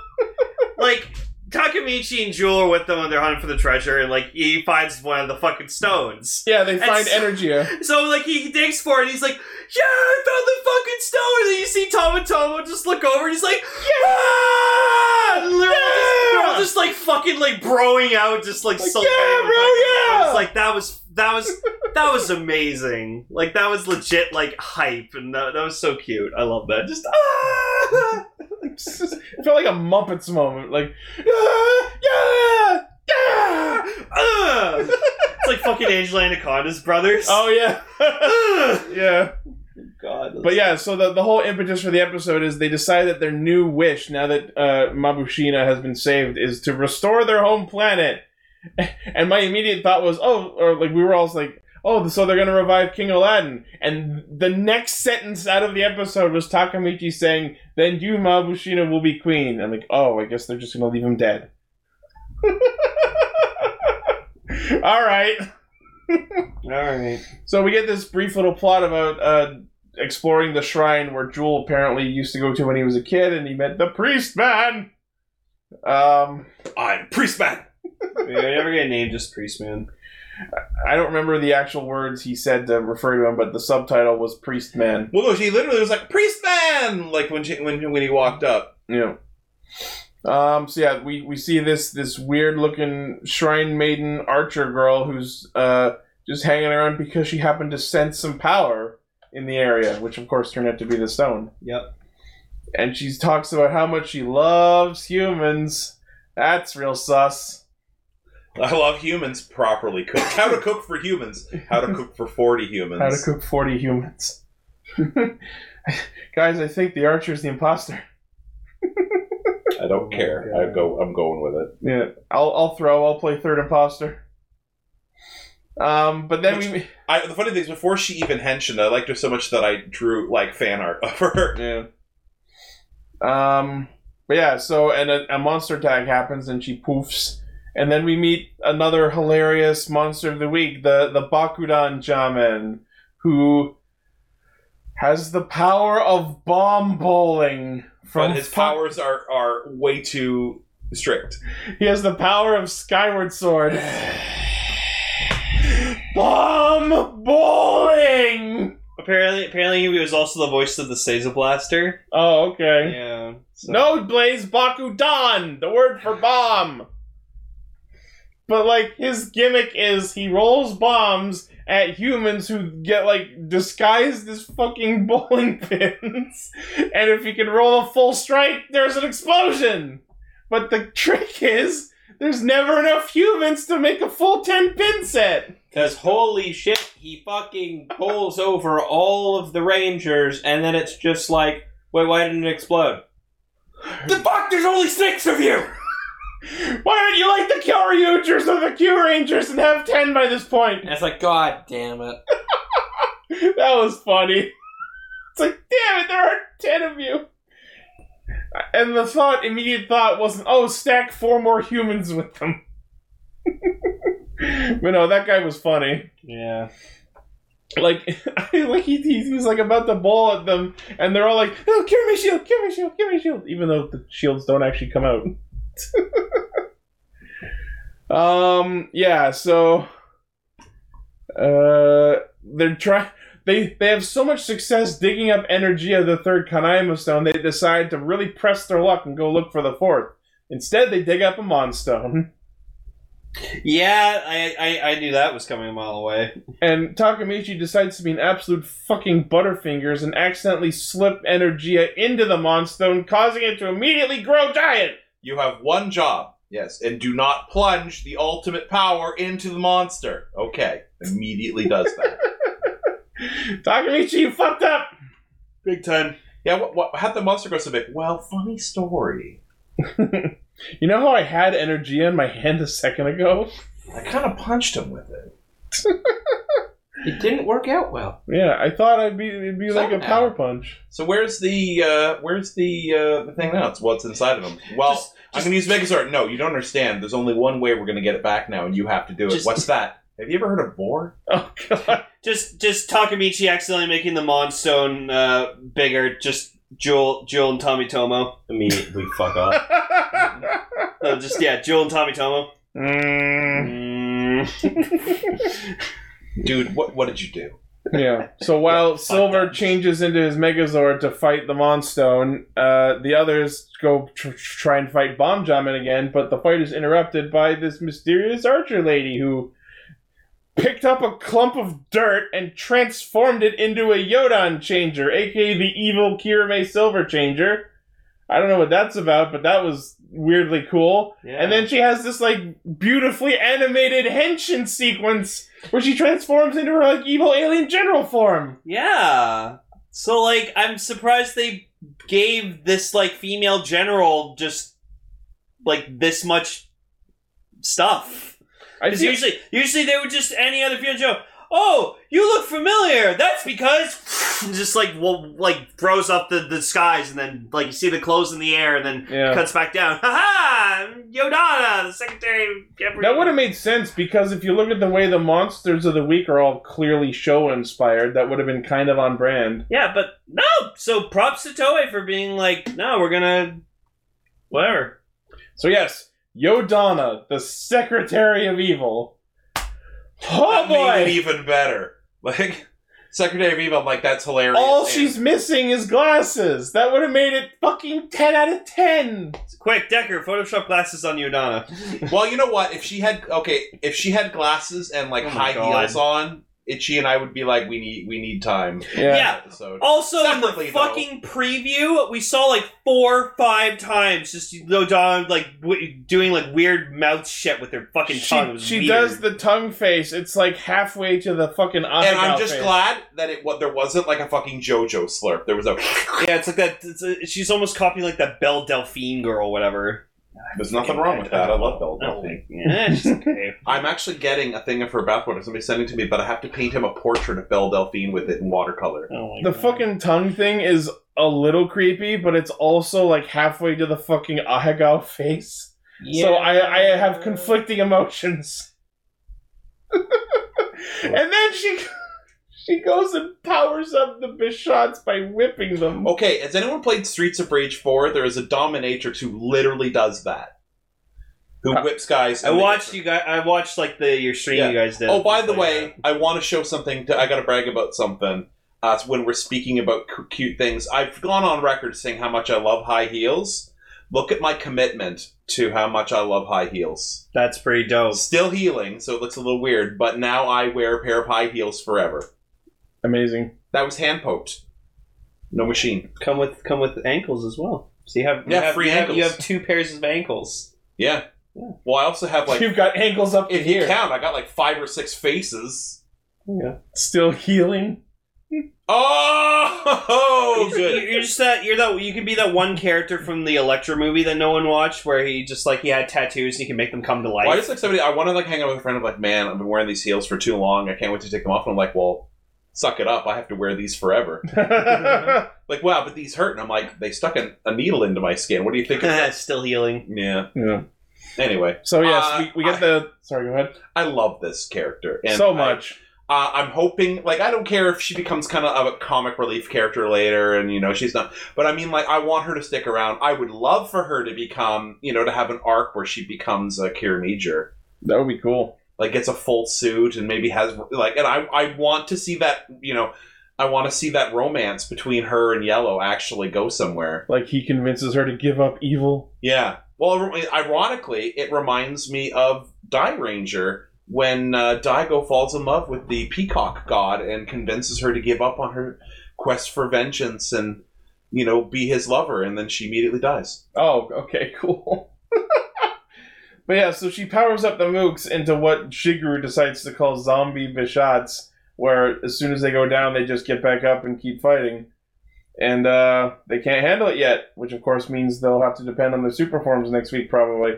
like Takamichi and Jewel are with them when they're hunting for the treasure, and like he finds one of the fucking stones. Yeah, they find That's- energy. So like he, he digs for it, and he's like, "Yeah, I found the fucking stone." And then you see Tom and Tomo just look over, and he's like, "Yeah!" And they're, all just, they're all just like fucking like broing out, just like, Like, celebrating. "Yeah, bro, I was yeah!" like that was that was that was amazing. Like that was legit like hype, and that, that was so cute. I love that. Just ah! it felt like a Muppets moment. Like, "Ah, yeah, yeah. Ah! it's like fucking Angela Anaconda's brothers. Oh yeah, Ah! yeah. God, that's- But yeah, so the, the whole impetus for the episode is they decide that their new wish, now that uh, Mabushina has been saved, is to restore their home planet. <laughs> And my immediate thought was, oh, or like we were all like, oh, so they're gonna revive King Aladdin. And the next sentence out of the episode was Takamichi saying, "Then you, Mabushina, will be queen." I'm like, oh, I guess they're just gonna leave him dead. <laughs> all right. all right. So we get this brief little plot about uh, exploring the shrine where Jewel apparently used to go to when he was a kid, and he met the priest man. Um, I'm priest man. Yeah, you're never gonna name just Priest Man. I don't remember the actual words he said to refer to him, but the subtitle was priest man. Well, no, she literally was like priest man, like when she, when when he walked up. Yeah. Um, so yeah, we, we see this this weird looking shrine maiden archer girl who's uh, just hanging around because she happened to sense some power in the area, which of course turned out to be the stone. Yep. And she talks about how much she loves humans. That's real sus. I love humans properly cooked. How to cook for humans? How to cook for forty <laughs> humans? How to cook forty humans. <laughs> Guys, I think the archer's the imposter. I don't Oh care. I go. I'm going with it. Yeah, I'll, I'll throw. I'll play third imposter. Um, but then we I, the funny thing is, before she even henching, I liked her so much that I drew like fan art of her. Yeah. Um. But yeah. So and a, a monster tag happens, and she poofs, and then we meet another hilarious monster of the week, the the Bakudan Shaman, who has the power of bomb bowling. From But his fu- powers are are way too strict. he has the power of Skyward <sighs> Sword. bomb bowling. Apparently, apparently, he was also the voice of the Seiza Blaster. Oh, okay. Yeah. so- No, Blaze Bakudan, the word for bomb. But like his gimmick is he rolls bombs at humans who get like disguised as fucking <laughs> bowling pins, and if you can roll a full strike, there's an explosion. But the trick is there's never enough humans to make a full ten pin set. Because holy shit, he fucking pulls over all of the Rangers, and then it's just like, wait, why didn't it explode? The fuck, there's only six of you! Why aren't you like the Q Rangers or the Q Rangers and have ten by this point? And it's like, god damn it. that was funny. It's like, damn it, there are ten of you. And the thought, immediate thought, wasn't, oh, stack four more humans with them. <laughs> but no, that guy was funny. Yeah. Like, <laughs> like he, he was like about to bowl at them, and they're all like, "Oh, cure me shield, cure me shield, cure me shield," even though the shields don't actually come out. <laughs> um. Yeah. So. Uh, they're trying. They they have so much success digging up energy of the third Kanaima stone. They decide to really press their luck and go look for the fourth. Instead, they dig up a Mon stone, Yeah, I, I, I knew that was coming a mile away. <laughs> and Takamichi decides to be an absolute fucking butterfingers and accidentally slip energy into the Mon stone, causing it to immediately grow giant. <laughs> You have one job. Yes, and do not plunge the ultimate power into the monster. Okay, immediately does that. Takamichi, you fucked up. <laughs> <laughs> Big time. Yeah, what, what, how'd the monster go so big? Well, funny story. You know how I had energy in my hand a second ago? I kind of punched him with it. It didn't work out well. Yeah, I thought I'd be it'd be like a Somehow. power punch. So where's the uh, where's the uh, the thing now? It's what's inside of him. Well, I'm gonna use Megazord. No, you don't understand. There's only one way we're gonna get it back now, and you have to do it. Just- What's that? Have you ever heard of boar? Oh god. <laughs> Just just Takamichi accidentally making the Monstone uh, bigger. Just Jewel, Jewel and Tommy Tomo. Immediately fuck up. No, just yeah, Jewel and Tommy Tomo. Mm, Mm. Dude, what what did you do? yeah. So while Silver changes into his Megazord to fight the Monstone, uh, the others go tr- tr- try and fight Bomb Jamin again, but the fight is interrupted by this mysterious archer lady who picked up a clump of dirt and transformed it into a Yodan Changer, aka the evil Kirame Silver Changer. I don't know what that's about, but that was weirdly cool. Yeah. And then she has this like beautifully animated henshin sequence where she transforms into her like evil alien general form. yeah. So like, I'm surprised they gave this like female general just like this much stuff. I Because feel- usually, usually they would just any other female Joe. Oh, you look familiar. That's because <laughs> and just like well, like throws up the, the skies and then like you see the clothes in the air and then <laughs> Yeah. cuts back down. <laughs> Ha ha! I'm Yodana, the secretary. of Gabriel. that would have made sense because if you look at the way the monsters of the week are all clearly show inspired, that would have been kind of on brand. Yeah, but no. So props to Toei for being like, no, we're gonna whatever. So yes, Yodana, the secretary of evil. Oh that made it boy! even better. <laughs> Like Secretary of Evil, I'm like that's hilarious. All and- she's missing is glasses. That would have made it fucking ten out of ten. Quick, Decker, Photoshop glasses on Yodana. Well, you know what? If she had okay, if she had glasses and like Oh my high God. heels on, Itchy and I would be like, we need we need time. Yeah. Yeah. Episode. Also, in the Separately, though. fucking preview, we saw like four, five times just Lodon like w- doing like weird mouth shit with her fucking tongue. It She, was she weird. does the tongue face. It's like halfway to the fucking. and I'm just glad that it what there wasn't like a fucking JoJo slurp. There was a Yeah, it's like that. It's a, she's almost copying like that Belle Delphine girl, whatever. there's nothing wrong with that. I love Belle Delphine. Yeah, <laughs> she's okay. I'm actually getting a thing of her bathwater. Somebody sent it to me, but I have to paint him a portrait of Belle Delphine with it in watercolor. oh my The God. fucking tongue thing is a little creepy, but it's also like halfway to the fucking Ahegao face. So I, I have conflicting emotions. <laughs> and then she <laughs> she goes and powers up the Bishots by whipping them. Okay, has anyone played Streets of Rage 4? There is a dominatrix who literally does that. Who whips guys. Uh, I and they- watched you guys. I watched like the your stream Yeah. you guys did. Oh, by the Like, uh, way, I want to show something. To, I got to brag about something. Uh, it's when we're speaking about cu- cute things. I've gone on record saying how much I love high heels. Look at my commitment to how much I love high heels. that's pretty dope. Still healing, so it looks a little weird, but now I wear a pair of high heels forever. Amazing. That was hand poked. No machine. Come with come with ankles as well. So you have you Yeah, have, free you have- ankles. you have two pairs of ankles. Yeah. Well, I also have like, You've got ankles up to if you here. count, I got like five or six faces. Still healing. <laughs> Oh, You're- good. You're just that. You're that. You can be that one character from the Electra movie that no one watched, where he just like he had tattoos and he can make them come to life. Why does like somebody? I want to like hang out with a friend. I'm like, man, I've been wearing these heels for too long. I can't wait to take them off. And I'm like, well, suck it up. I have to wear these <laughs> forever. yeah. like, wow, but these hurt. And I'm like, they stuck an, a needle into my skin. What do you think? <laughs> <laughs> Of that? Still healing. yeah. Anyway, So yes, Uh, we, we get I- the sorry, go ahead. I love this character and so I- much. uh, I'm hoping, like, I don't care if she becomes kind of a comic relief character later, and you know she's not. But I mean, like, I want her to stick around. I would love for her to become, you know, to have an arc where she becomes a Kira Major. that would be cool. like gets a full suit and maybe has like and I I want to see that you know I want to see that romance between her and Yellow actually go somewhere. Like he convinces her to give up evil. Yeah. Well, ir- ironically, it reminds me of Die Ranger when uh, Daigo falls in love with the peacock god and convinces her to give up on her quest for vengeance and you know be his lover and then she immediately dies. Oh, okay, <laughs> cool. but yeah, so she powers up the mooks into what Shigeru decides to call zombie bishots, where as soon as they go down, they just get back up and keep fighting. And uh, they can't handle it yet, which of course means they'll have to depend on their super forms next week, probably.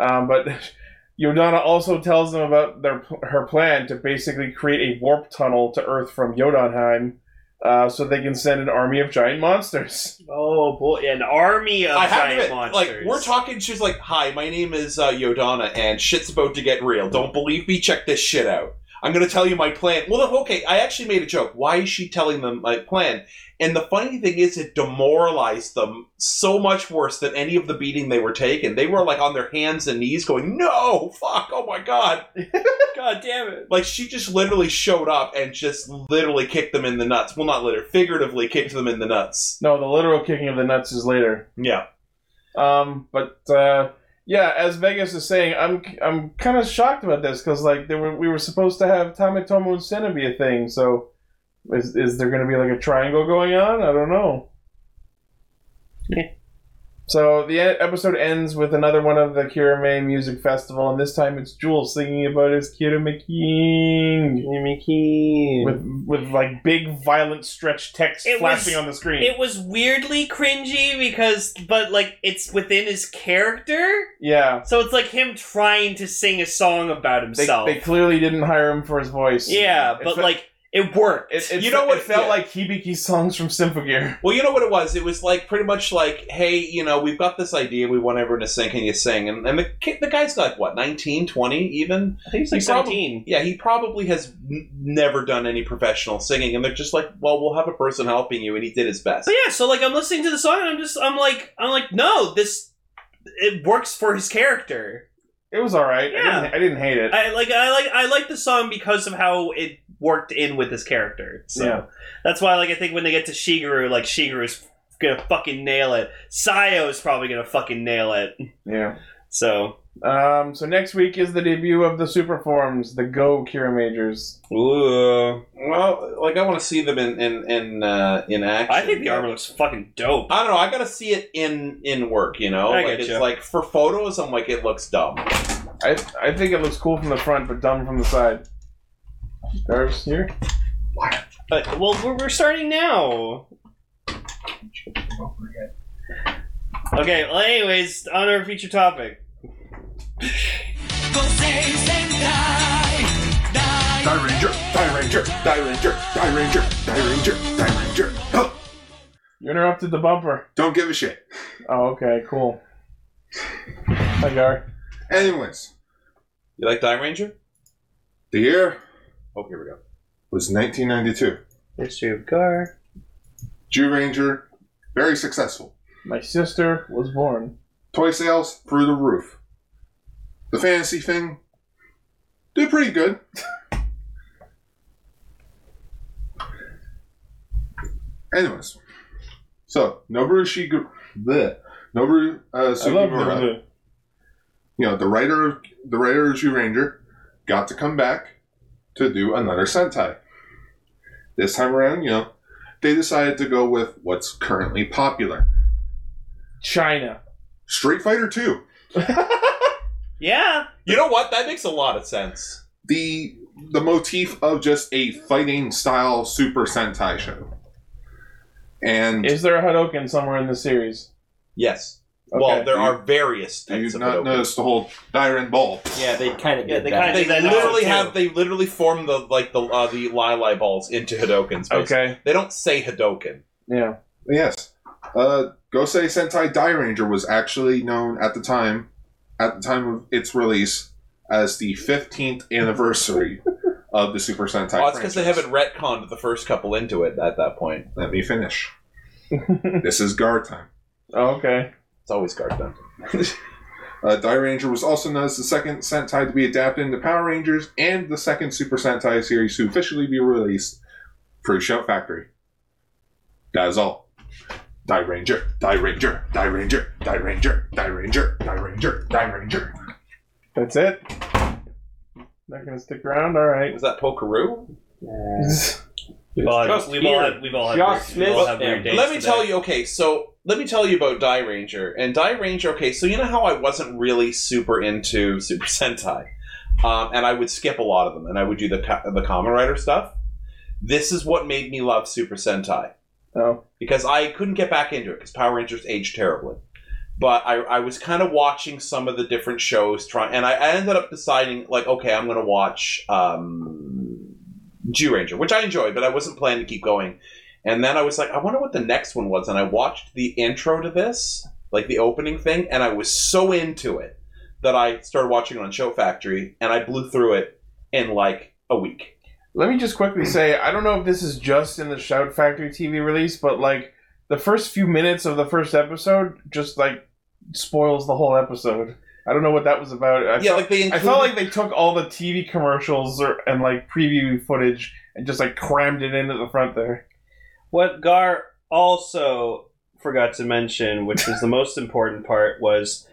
Um, but <laughs> Yodana also tells them about their her plan to basically create a warp tunnel to Earth from Jotunheim, uh, so they can send an army of giant monsters. <laughs> Oh boy, an army of I have to giant admit, monsters. like, we're talking, she's like, hi, my name is uh, Yodana, and shit's about to get real. Don't believe me? Check this shit out. I'm going to tell you my plan. Well, okay, I actually made a joke. Why is she telling them my plan? And the funny thing is, it demoralized them so much worse than any of the beating they were taking. They were, like, on their hands and knees going, no, fuck, oh my god. <laughs> God damn it! Like, she just literally showed up and just literally kicked them in the nuts. Well, not literally, figuratively kicked them in the nuts. No, the literal kicking of the nuts is later. Yeah. Um, but uh, yeah, as Vegas is saying, I'm I'm kind of shocked about this because like there were, we were supposed to have Tamitomo and Senna be a thing. So is is there going to be like a triangle going on? I don't know. so the e- episode ends with another one of the Kirame Music Festival, and this time it's Jules singing about his Kirame King Jimmy Keen. with with like big violent stretch text It was- flashing on the screen. It was weirdly cringy because, but like, it's within his character, yeah. so it's like him trying to sing a song about They, himself. they clearly didn't hire him for his voice. yeah, It but fe- like, it worked. It, it, You know what- It felt yeah. like Hibiki's songs from Symphogear. Well, you know what it was? It was like pretty much like, hey, you know, we've got this idea. We want everyone to sing. Can you sing? And, and the kid, the guy's like, what, 19, 20 even? I think it's like like seventeen. Yeah, he probably has n- never done any professional singing. And they're just like, well, we'll have a person helping you. And he did his best. So yeah, so like, I'm listening to the song, and I'm just, I'm like, I'm like, no, this, it works for his character. It was all right. I, Yeah. didn't, I didn't hate it. I like I like I like the song because of how it worked in with his character. So Yeah. that's why like I think when they get to Shigeru, like Shigeru's gonna fucking nail it. Sayo's probably gonna fucking nail it. yeah. So Um, so next week is the debut of the Super Forms, the Go Kira Majors. Ooh. Well, like, I want to see them in in in, uh, in action. I think the armor looks fucking dope. I don't know. I gotta see it in in work. You know, I like it's getcha. like for photos, I'm like it looks dumb. I I think it looks cool from the front, but dumb from the side. Darv's here. Uh, well, we're, we're starting now. Okay. Well, anyways, on our feature topic. Die Ranger, Die Ranger, Die Ranger, Die Ranger, Die Ranger, Die Ranger. Huh. You interrupted the bumper. Don't give a shit. Oh, okay, cool. Hi, Gar. Anyways, You like Die Ranger? the year Oh, here we go. was 1992. History of Gar. Jew Ranger, very successful. My sister was born. Toy sales through the roof. The fantasy thing did pretty good. <laughs> Anyways, so Noboru Shigu, bleh, Noboru uh, Sugimura, you know the writer of the writer of Jew Ranger, got to come back to do another Sentai. This time around, you know, they decided to go with what's currently popular: China. Street Fighter Two. Yeah. You know what? That makes a lot of sense. the the motif of just a fighting style Super Sentai show. And Is there a Hadoken somewhere in the series? Yes. Okay. Well, there are various do you types of not Hadoken. notice the whole Diren Ball? Yeah, they kind of Yeah, did they that. kinda They did that in Naruto, literally too. have. They literally form the like the uh, the Lili balls into Hadokens. basically. Okay. They don't say Hadoken. Yeah. Yes. Uh, Gosei Sentai Dairanger was actually known at the time, at the time of its release, as the 15th anniversary of the Super Sentai. Oh, it's because they franchise. haven't retconned the first couple into it at that point. Let me finish. this is guard time. Oh, Okay. It's always Garden. Uh, Die Ranger was also known as the second Sentai to be adapted into Power Rangers and the second Super Sentai series to officially be released through Shout Factory. That is all. Die Ranger, Die Ranger, Die Ranger, Die Ranger, Die Ranger, Die Ranger, Die Ranger. That's it. Not gonna stick around. All right. <laughs> Is that Pokeroo? We've all had, Just we've all weird. had, we've all had, Just we've all had missed weird them. days Let me today. tell you. Okay, so let me tell you about Die Ranger and Die Ranger. Okay, so you know how I wasn't really super <laughs> into Super Sentai, um, and I would skip a lot of them, and I would do the co- the common writer stuff. This is what made me love Super Sentai Oh, because I couldn't get back into it because Power Rangers aged terribly. But I, I was kind of watching some of the different shows trying, and I, I ended up deciding like, okay, I'm going to watch um, G Ranger, which I enjoyed, but I wasn't planning to keep going. And then I was like, I wonder what the next one was, and I watched the intro to this, like the opening thing, and I was so into it that I started watching it on Show Factory, and I blew through it in like a week. Let me just quickly say, I don't know if this is just in the Shout Factory TV release, but like the first few minutes of the first episode just like spoils the whole episode. I don't know what that was about. I, yeah, felt, like they I included, felt like they took all the TV commercials or, and like preview footage and just like crammed it in at the front <laughs> there. What Gar also forgot to mention, which was the most important part, was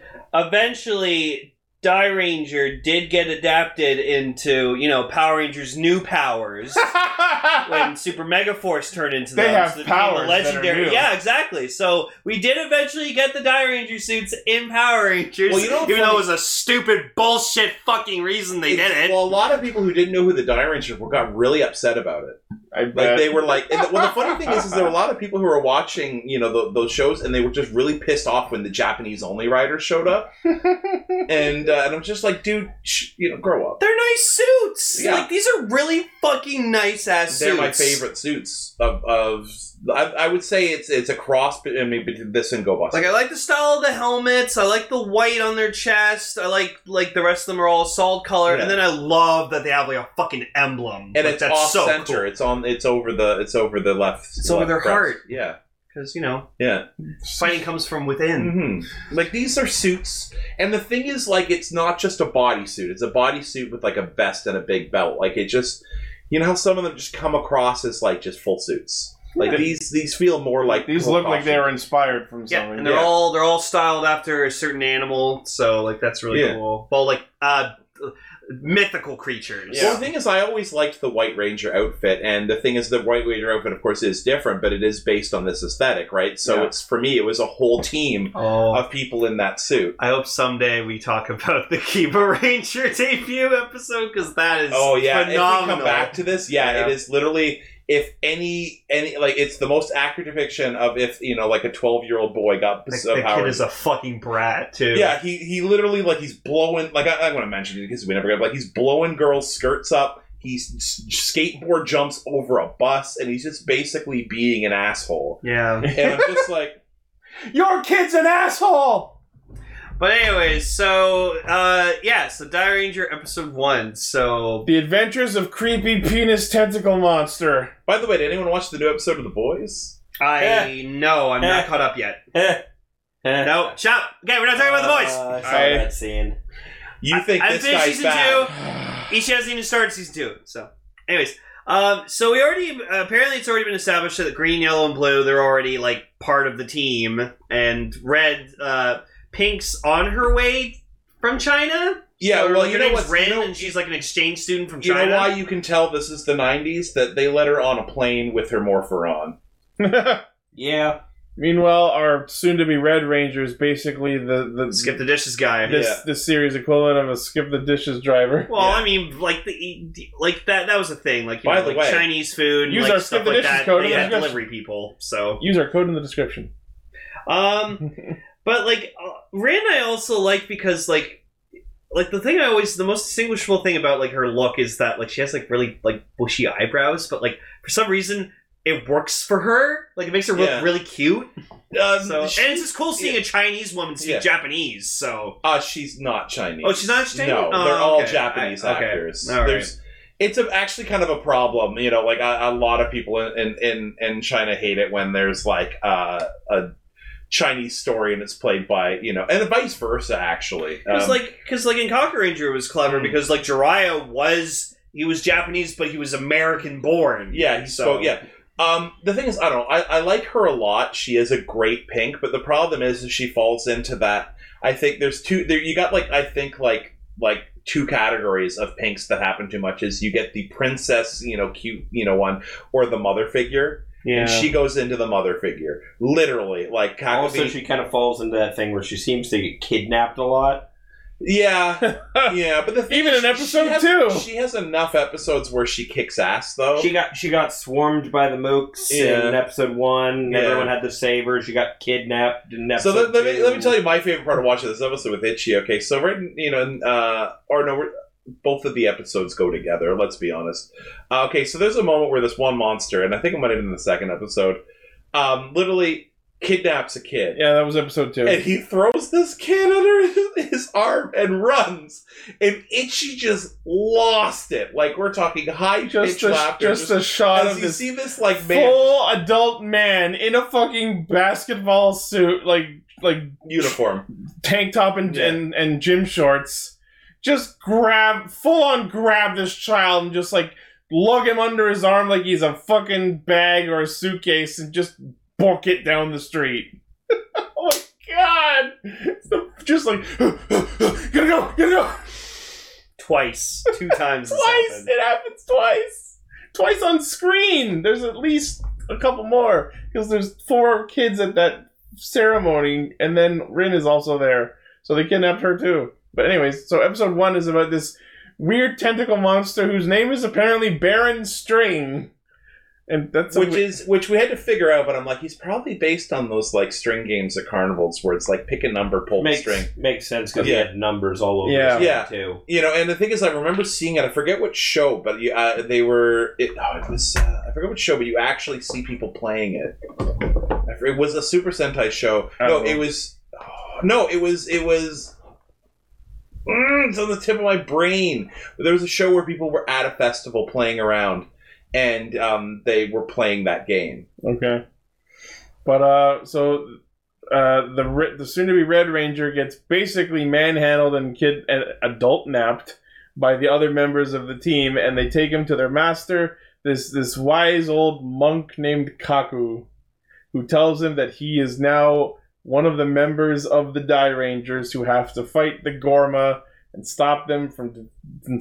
eventually Die Ranger did get adapted into, you know, Power Rangers' new powers <laughs> when Super Mega Force turned into They them. have it became powers a that are new. Yeah, exactly. So we did eventually get the Die Ranger suits in Power Rangers, Well, you know what's even though funny- it was a stupid bullshit fucking reason they did it. Well, a lot of people who didn't know who the Die Rangers were got really upset about it. I Like bet. they were like, and the, well, the funny thing is, is there were a lot of people who were watching, you know, tho- those shows, and they were just really pissed off when the Japanese only writers showed up, and uh, and I'm just like, dude, sh- you know, grow up. They're nice suits. Yeah. Like these are really fucking nice ass suits. They're my favorite suits of of. I, I would say it's it's a cross be- I mean, between this and Go Bust. Like I like the style of the helmets. I like the white on their chest. I like like the rest of them are all solid color. Yeah. And then I love that they have like a fucking emblem. and Like, it's off center. It's on. It's over the. It's over the left. It's over left their breast. heart. Yeah. because you know Yeah. fighting comes from within. hmm Like these are suits, and the thing is, like, it's not just a bodysuit. It's a bodysuit with like a vest and a big belt. Like it just, you know, how some of them just come across as like just full suits. Like Yeah. these, these feel more like These look like they were inspired from Yeah, something. and they're all they're all styled after a certain animal. So like that's really Yeah. cool. Well, like uh, mythical creatures. Well, the thing is, I always liked the White Ranger outfit, and the thing is, the White Ranger outfit, of course, is different, but it is based on this aesthetic, right? So Yeah. it's for me, it was a whole team Oh, of people in that suit. I hope someday we talk about the Kiba <laughs> Ranger debut episode because that is Oh yeah, if we phenomenal. come back to this, yeah, Yeah. it is literally if any any like it's the most accurate depiction of if you know like a twelve year old boy got the, the uh, kid powers. is a fucking brat too. yeah, he he literally like he's blowing like I, I want to mention it because we never got like he's blowing girls' skirts up. He s- skateboard jumps over a bus, and he's just basically being an asshole. yeah. <laughs> <laughs> And I'm just like, Your kid's an asshole. But anyways, so uh, yeah, so Die Ranger episode one. So The Adventures of Creepy Penis Tentacle Monster. by the way, did anyone watch the new episode of The Boys? I know I'm not Eh. caught up yet. no. No, shut up. Okay, we're not talking about the boys. Uh, I saw I- that scene. Uh, You think I this finished guy's season bad? two. Ishi hasn't even started season two. So, anyways, um, so we already apparently it's already been established that green, yellow, and blue they're already like part of the team, and red, uh, pink's on her way from China. Yeah, So well, her you know name's what's- you Rin, know- and she's like an exchange student from You China. know why you can tell this is the '90s that they let her on a plane with her morpher on. Yeah. Meanwhile, our soon-to-be Red Ranger is basically the the Skip the dishes guy. this Yeah. this series equivalent of a skip the dishes <laughs> driver. Well, Yeah. I mean, like the e, like that that was a thing. Like you By know, the like way, Chinese food, and, use like, our stuff skip the like dishes that. code in They the had description. delivery people, <laughs> so Use our code in the description. um, but like uh, Rin, I also like because like like the thing I always the most distinguishable thing about like her look is that like she has like really like bushy eyebrows, but like for some reason. It works for her. Like it makes her look Yeah. really cute. Um, So she- and it's just cool seeing a Chinese woman speak Yeah. Japanese. So uh, she's not Chinese. Oh, she's not Chinese? No, Oh, they're all okay. Japanese I- okay. actors. All right. There's, it's a, actually kind of a problem, you know. Like a, a lot of people in, in, in, in China hate it when there's like uh, a Chinese story and it's played by you know, and vice versa. Actually, It was Um, like because like in Cocker Ranger it was clever Mm. because like Jiraiya was he was Japanese but he was American born. Yeah, he So- spoke. Yeah. Um, the thing is, I don't know. I, I like her a lot. She is a great pink, but the problem is, is she falls into that. I think there's two. There, you got like I think like like two categories of pinks that happen too much. Is you get the princess, you know, cute, you know, one, or the mother figure, yeah. and she goes into the mother figure, literally. Like Kakabee. Also, she kind of falls into that thing where she seems to get kidnapped a lot. <laughs> Yeah, yeah, but the thing Even in is, she- episode she has, two. she has enough episodes where she kicks ass Oh. though. She got she got swarmed by the mooks Yeah. in episode one. Yeah. Everyone had to save her. She got kidnapped in so episode let, let me two. let me tell you my favorite part of watching this episode with Itchy. Okay, so right, you know, in, uh, or no, we're- both of the episodes go together. Let's be honest. Uh, okay, so there's a moment where this one monster, and I think it might have been the second episode, um, literally kidnaps a kid. Yeah, that was episode two. And he throws this kid under <laughs> his, his arm and runs. And Itchy just lost it. Like we're talking high just pitched a, laughter. just a shot as of you this see this like man full adult man in a fucking basketball suit, like like uniform. tank top and Yeah. and, and gym shorts, just grab full on grab this child and just like lug him under his arm like he's a fucking bag or a suitcase and just book it down the street. <laughs> oh my god! <laughs> Just like <gasps> gotta go, gotta go. twice, <laughs> two times. this twice. happened. It happens twice. Twice on screen. There's at least a couple more because there's four kids at that ceremony, and then Rin is also there, so they kidnapped her too. But anyways, so episode one is about this weird tentacle monster whose name is apparently Baron String, and that's a which we- is which we had to figure out, but I'm like, he's probably based on those like string games at carnivals where it's like pick a number, pull the makes string. makes sense because Yeah. he had numbers all over. Yeah. his Yeah. hand, too. You know, and the thing is, I remember seeing it. I forget what show, but you, uh, they were. It, oh, it was. Uh, I forget what show, but you actually see people playing it. I forget- It was a Super Sentai show. no, Oh. it was. oh, no, it was. It was. Mm, it's on the tip of my brain. There was a show where people were at a festival playing around, and um, they were playing that game. Okay. But uh, so uh, the re- the soon to be Red Ranger gets basically manhandled and kid and adult napped by the other members of the team, and they take him to their master, this this wise old monk named Kaku, who tells him that he is now one of the members of the Die Rangers who have to fight the Gorma and stop them from d- d-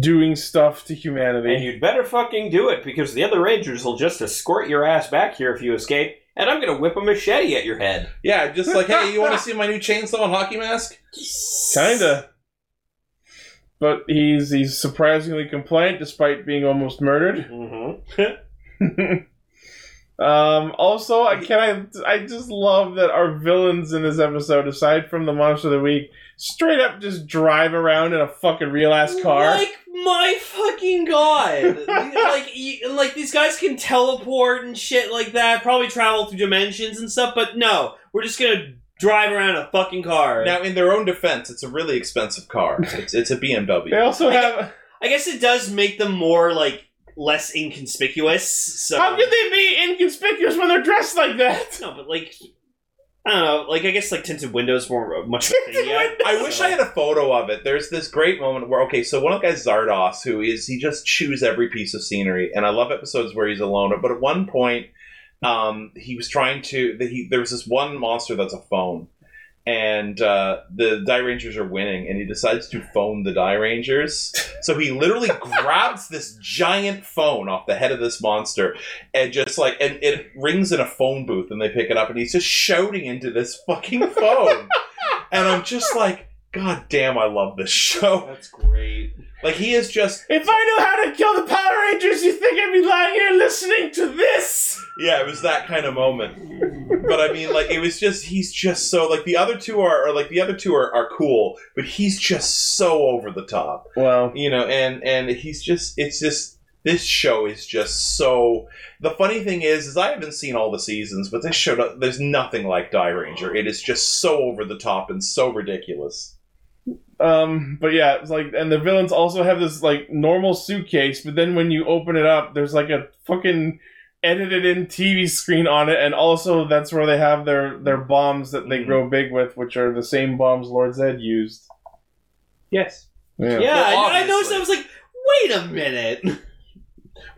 doing stuff to humanity. And you'd better fucking do it because the other Rangers will just escort your ass back here if you escape, and I'm gonna whip a machete at your head. Yeah, just like, hey, you want to see my new chainsaw and hockey mask? Kinda. But he's he's surprisingly compliant despite being almost murdered. Mm-hmm. Um, also, I can I I just love that our villains in this episode, aside from the monster of the week, straight up just drive around in a fucking real ass car. Like my fucking <laughs> god! like, you, like these guys can teleport and shit like that. Probably travel through dimensions and stuff. But no, we're just gonna drive around in a fucking car. Now, in their own defense, it's a really expensive car. It's, it's a BMW. they <laughs> also have. I guess it does make them more like less inconspicuous. So How could they be inconspicuous when they're dressed like that? no, but like I don't know. Like I guess like tinted windows weren't much of a thing yet. I wish I had a photo of it. There's this great moment where okay, so one of the guys Zardos, who is he just chews every piece of scenery, and I love episodes where he's alone. But at one point, um, he was trying to. The, he, there was this one monster that's a phone, and uh, the Die Rangers are winning, and he decides to phone the Die Rangers. So he literally grabs this giant phone off the head of this monster, and just like, and it rings in a phone booth, and they pick it up, and he's just shouting into this fucking phone, and I'm just like. God damn, I love this show. That's great. Like, he is just. If I knew how to kill the Power Rangers, you think I'd be lying here listening to this? Yeah, it was that kind of moment. But I mean, like, it was just. He's just so. Like, the other two are. Or, like, the other two are, are cool, but he's just so over the top. Well, You know, and and he's just. It's just. This show is just so. The funny thing is, is I haven't seen all the seasons, but this show, there's nothing like Die Ranger. It is just so over the top and so ridiculous. Um, but yeah, it's like, and the villains also have this like normal suitcase, but then when you open it up, there's like a fucking edited in TV screen on it, and also that's where they have their their bombs that they Mhm. grow big with, which are the same bombs Lord Zed used. Yes. Yeah, Well, I, I noticed. obviously. I was like, wait a minute.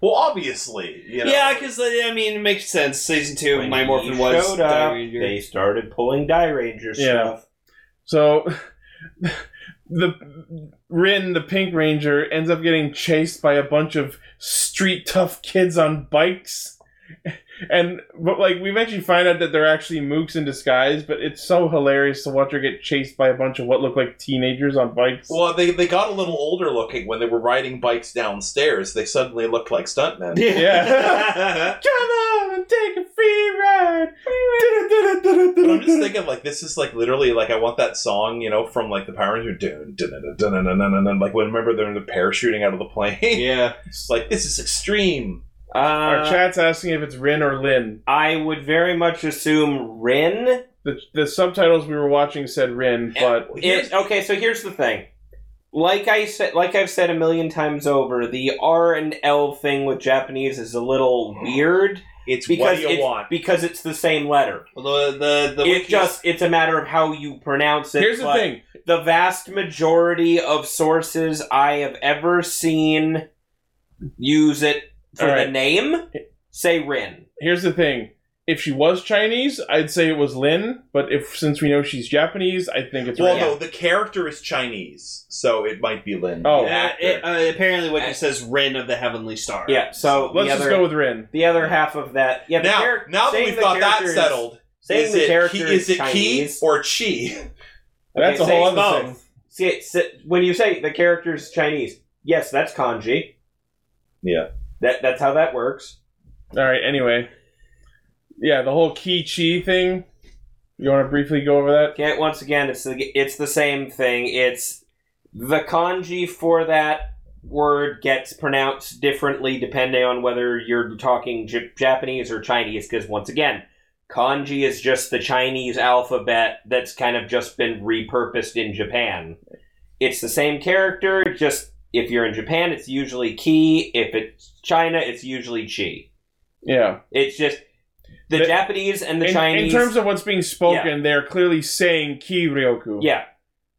Well, obviously, you know. Yeah, because I mean, it makes sense. Season two, of When My he Morphin was showed up, Die Ranger. they started pulling Die Ranger Yeah. stuff. So <laughs> the Rin, the Pink Ranger, ends up getting chased by a bunch of street tough kids on bikes. <laughs> And but like we eventually find out that they're actually mooks in disguise, but it's so hilarious to watch her get chased by a bunch of what look like teenagers on bikes. Well, they, they got a little older looking when they were riding bikes downstairs. They suddenly looked like <laughs> stuntmen. Yeah. <laughs> Come on and take a free ride. But I'm just thinking, like, this is like literally like I want that song, you know, from like the Power Rangers, dun dun dun dun dun dun dun, dun. Like, when remember they're in the parachuting out of the plane. yeah. <laughs> It's like this is extreme. Our Uh, chat's asking if it's Rin or Lin. I would very much assume Rin. The, the subtitles we were watching said Rin, but Here's- It- okay, so here's the thing. Like I said, like I've said a million times over, the R and L thing with Japanese is a little weird It's because what do you it's, want. because it's the same letter. Although the the It wiki- just it's a matter of how you pronounce it. here's the but thing. the vast majority of sources I have ever seen use it for All right. the name. Say Rin. here's the thing. If she was Chinese, I'd say it was Lin, but if since we know she's Japanese, I think it's Well, Rin. no, the character is Chinese, so it might be Lin. Oh, Yeah, it, uh, apparently, what Uh, it says, "Rin of the Heavenly Star." Yeah. So Let's the just other go with Rin. the other half of that. Yeah. The now, charac- now that saying we've the got that character is- settled, saying is the it character he, is is it he Chinese. or chi? That's a Okay, whole say other thing. both. See, it's, when you say the character's Chinese, yes, that's kanji. Yeah. That that's how that works. All right. Anyway, yeah, the whole Ki Chi thing. You want to briefly go over that? Okay, once again, it's the it's the same thing. It's the kanji for that word gets pronounced differently depending on whether you're talking J- Japanese or Chinese. Because once again, kanji is just the Chinese alphabet that's kind of just been repurposed in Japan. It's the same character. it's Just if you're in Japan, it's usually ki. If it's China, it's usually chi. Yeah. It's just the, The- Japanese and the in, Chinese. in terms of what's being spoken, they're clearly saying Ki Ryoku. Yeah,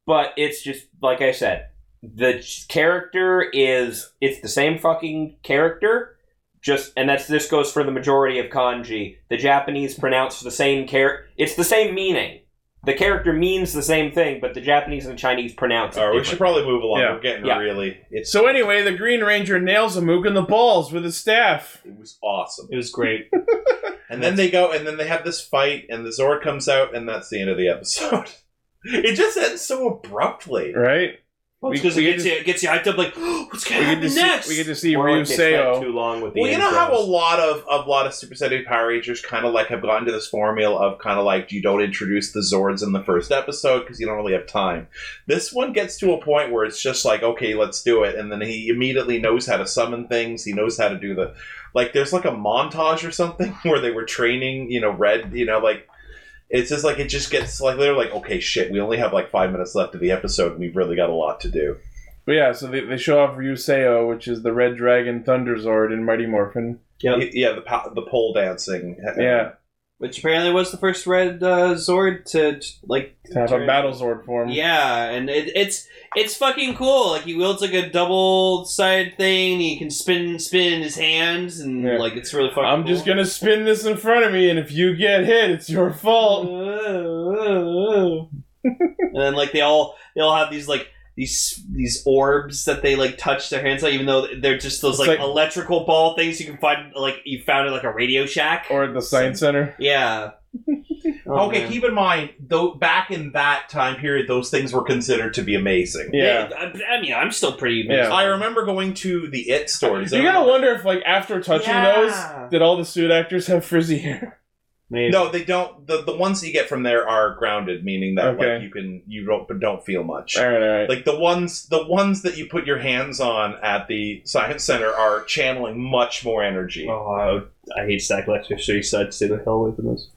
but it's just like I said. The ch- character is it's the same fucking character. Just and that's this goes for the majority of kanji. The Japanese pronounce the same character. It's the same meaning. The character means the same thing, but the Japanese and the Chinese pronounce it. Or we different. should probably move along. Yeah. We're getting Yeah. really. It's So anyway, the Green Ranger nails a Mook in the balls with his staff. it was awesome. It was great. And then they go, and then they have this fight, and the Zord comes out, and that's the end of the episode. <laughs> It just ends so abruptly. Right. We- because we it get gets to- you, it gets you hyped up, like, <gasps> what's We get to gonna happen see, next? we get to see Or it Ryu gets spent Seo. too long with the Well, you know how a intros. lot of a lot of Super Sentai Power Rangers kind of like have gotten to this formula of kind of like you don't introduce the Zords in the first episode because you don't really have time. This one gets to a point where it's just like, okay, let's do it, and then he immediately knows how to summon things. He knows how to do the like. There's like a montage or something <laughs> where they were training, you know, Red, you know, like. It's just like it just gets like they're like okay shit we only have like five minutes left of the episode we've really got a lot to do But yeah, so they, they show off Ryu Seo, which is the Red Dragon Thunder Zord in Mighty Morphin. yeah, the pa- the pole dancing Yeah. Which apparently was the first red uh, Zord to like To have a turn- Battle Zord form. Yeah, and it, it's it's fucking cool. Like he wields like a double side thing. He can spin spin in his hands, and Yeah. like it's really fucking. I'm just gonna spin this in front of me, and if you get hit, it's your fault. gonna. and then like they all they all have these like these these orbs that they like touch their hands on, even though they're just those It's like, like- electrical ball things you can find like you found at like a Radio Shack. Or at the science center. yeah. Oh, okay, man. keep in mind though. Back in that time period, those things were considered to be amazing. Yeah, I, I mean, I'm still pretty. Yeah. I remember going to the It store. Does you gotta everyone- wonder if, like, after touching uh, Yeah. those, did all the suit actors have frizzy hair? No, they don't. The, the ones you get from there are grounded, meaning that Okay. like you can you don't but don't feel much. All right, all right. Like the ones the ones that you put your hands on at the science center are channeling much more energy. Oh, I, I hate Stack Lecture, so you decided to stay the hell away from this.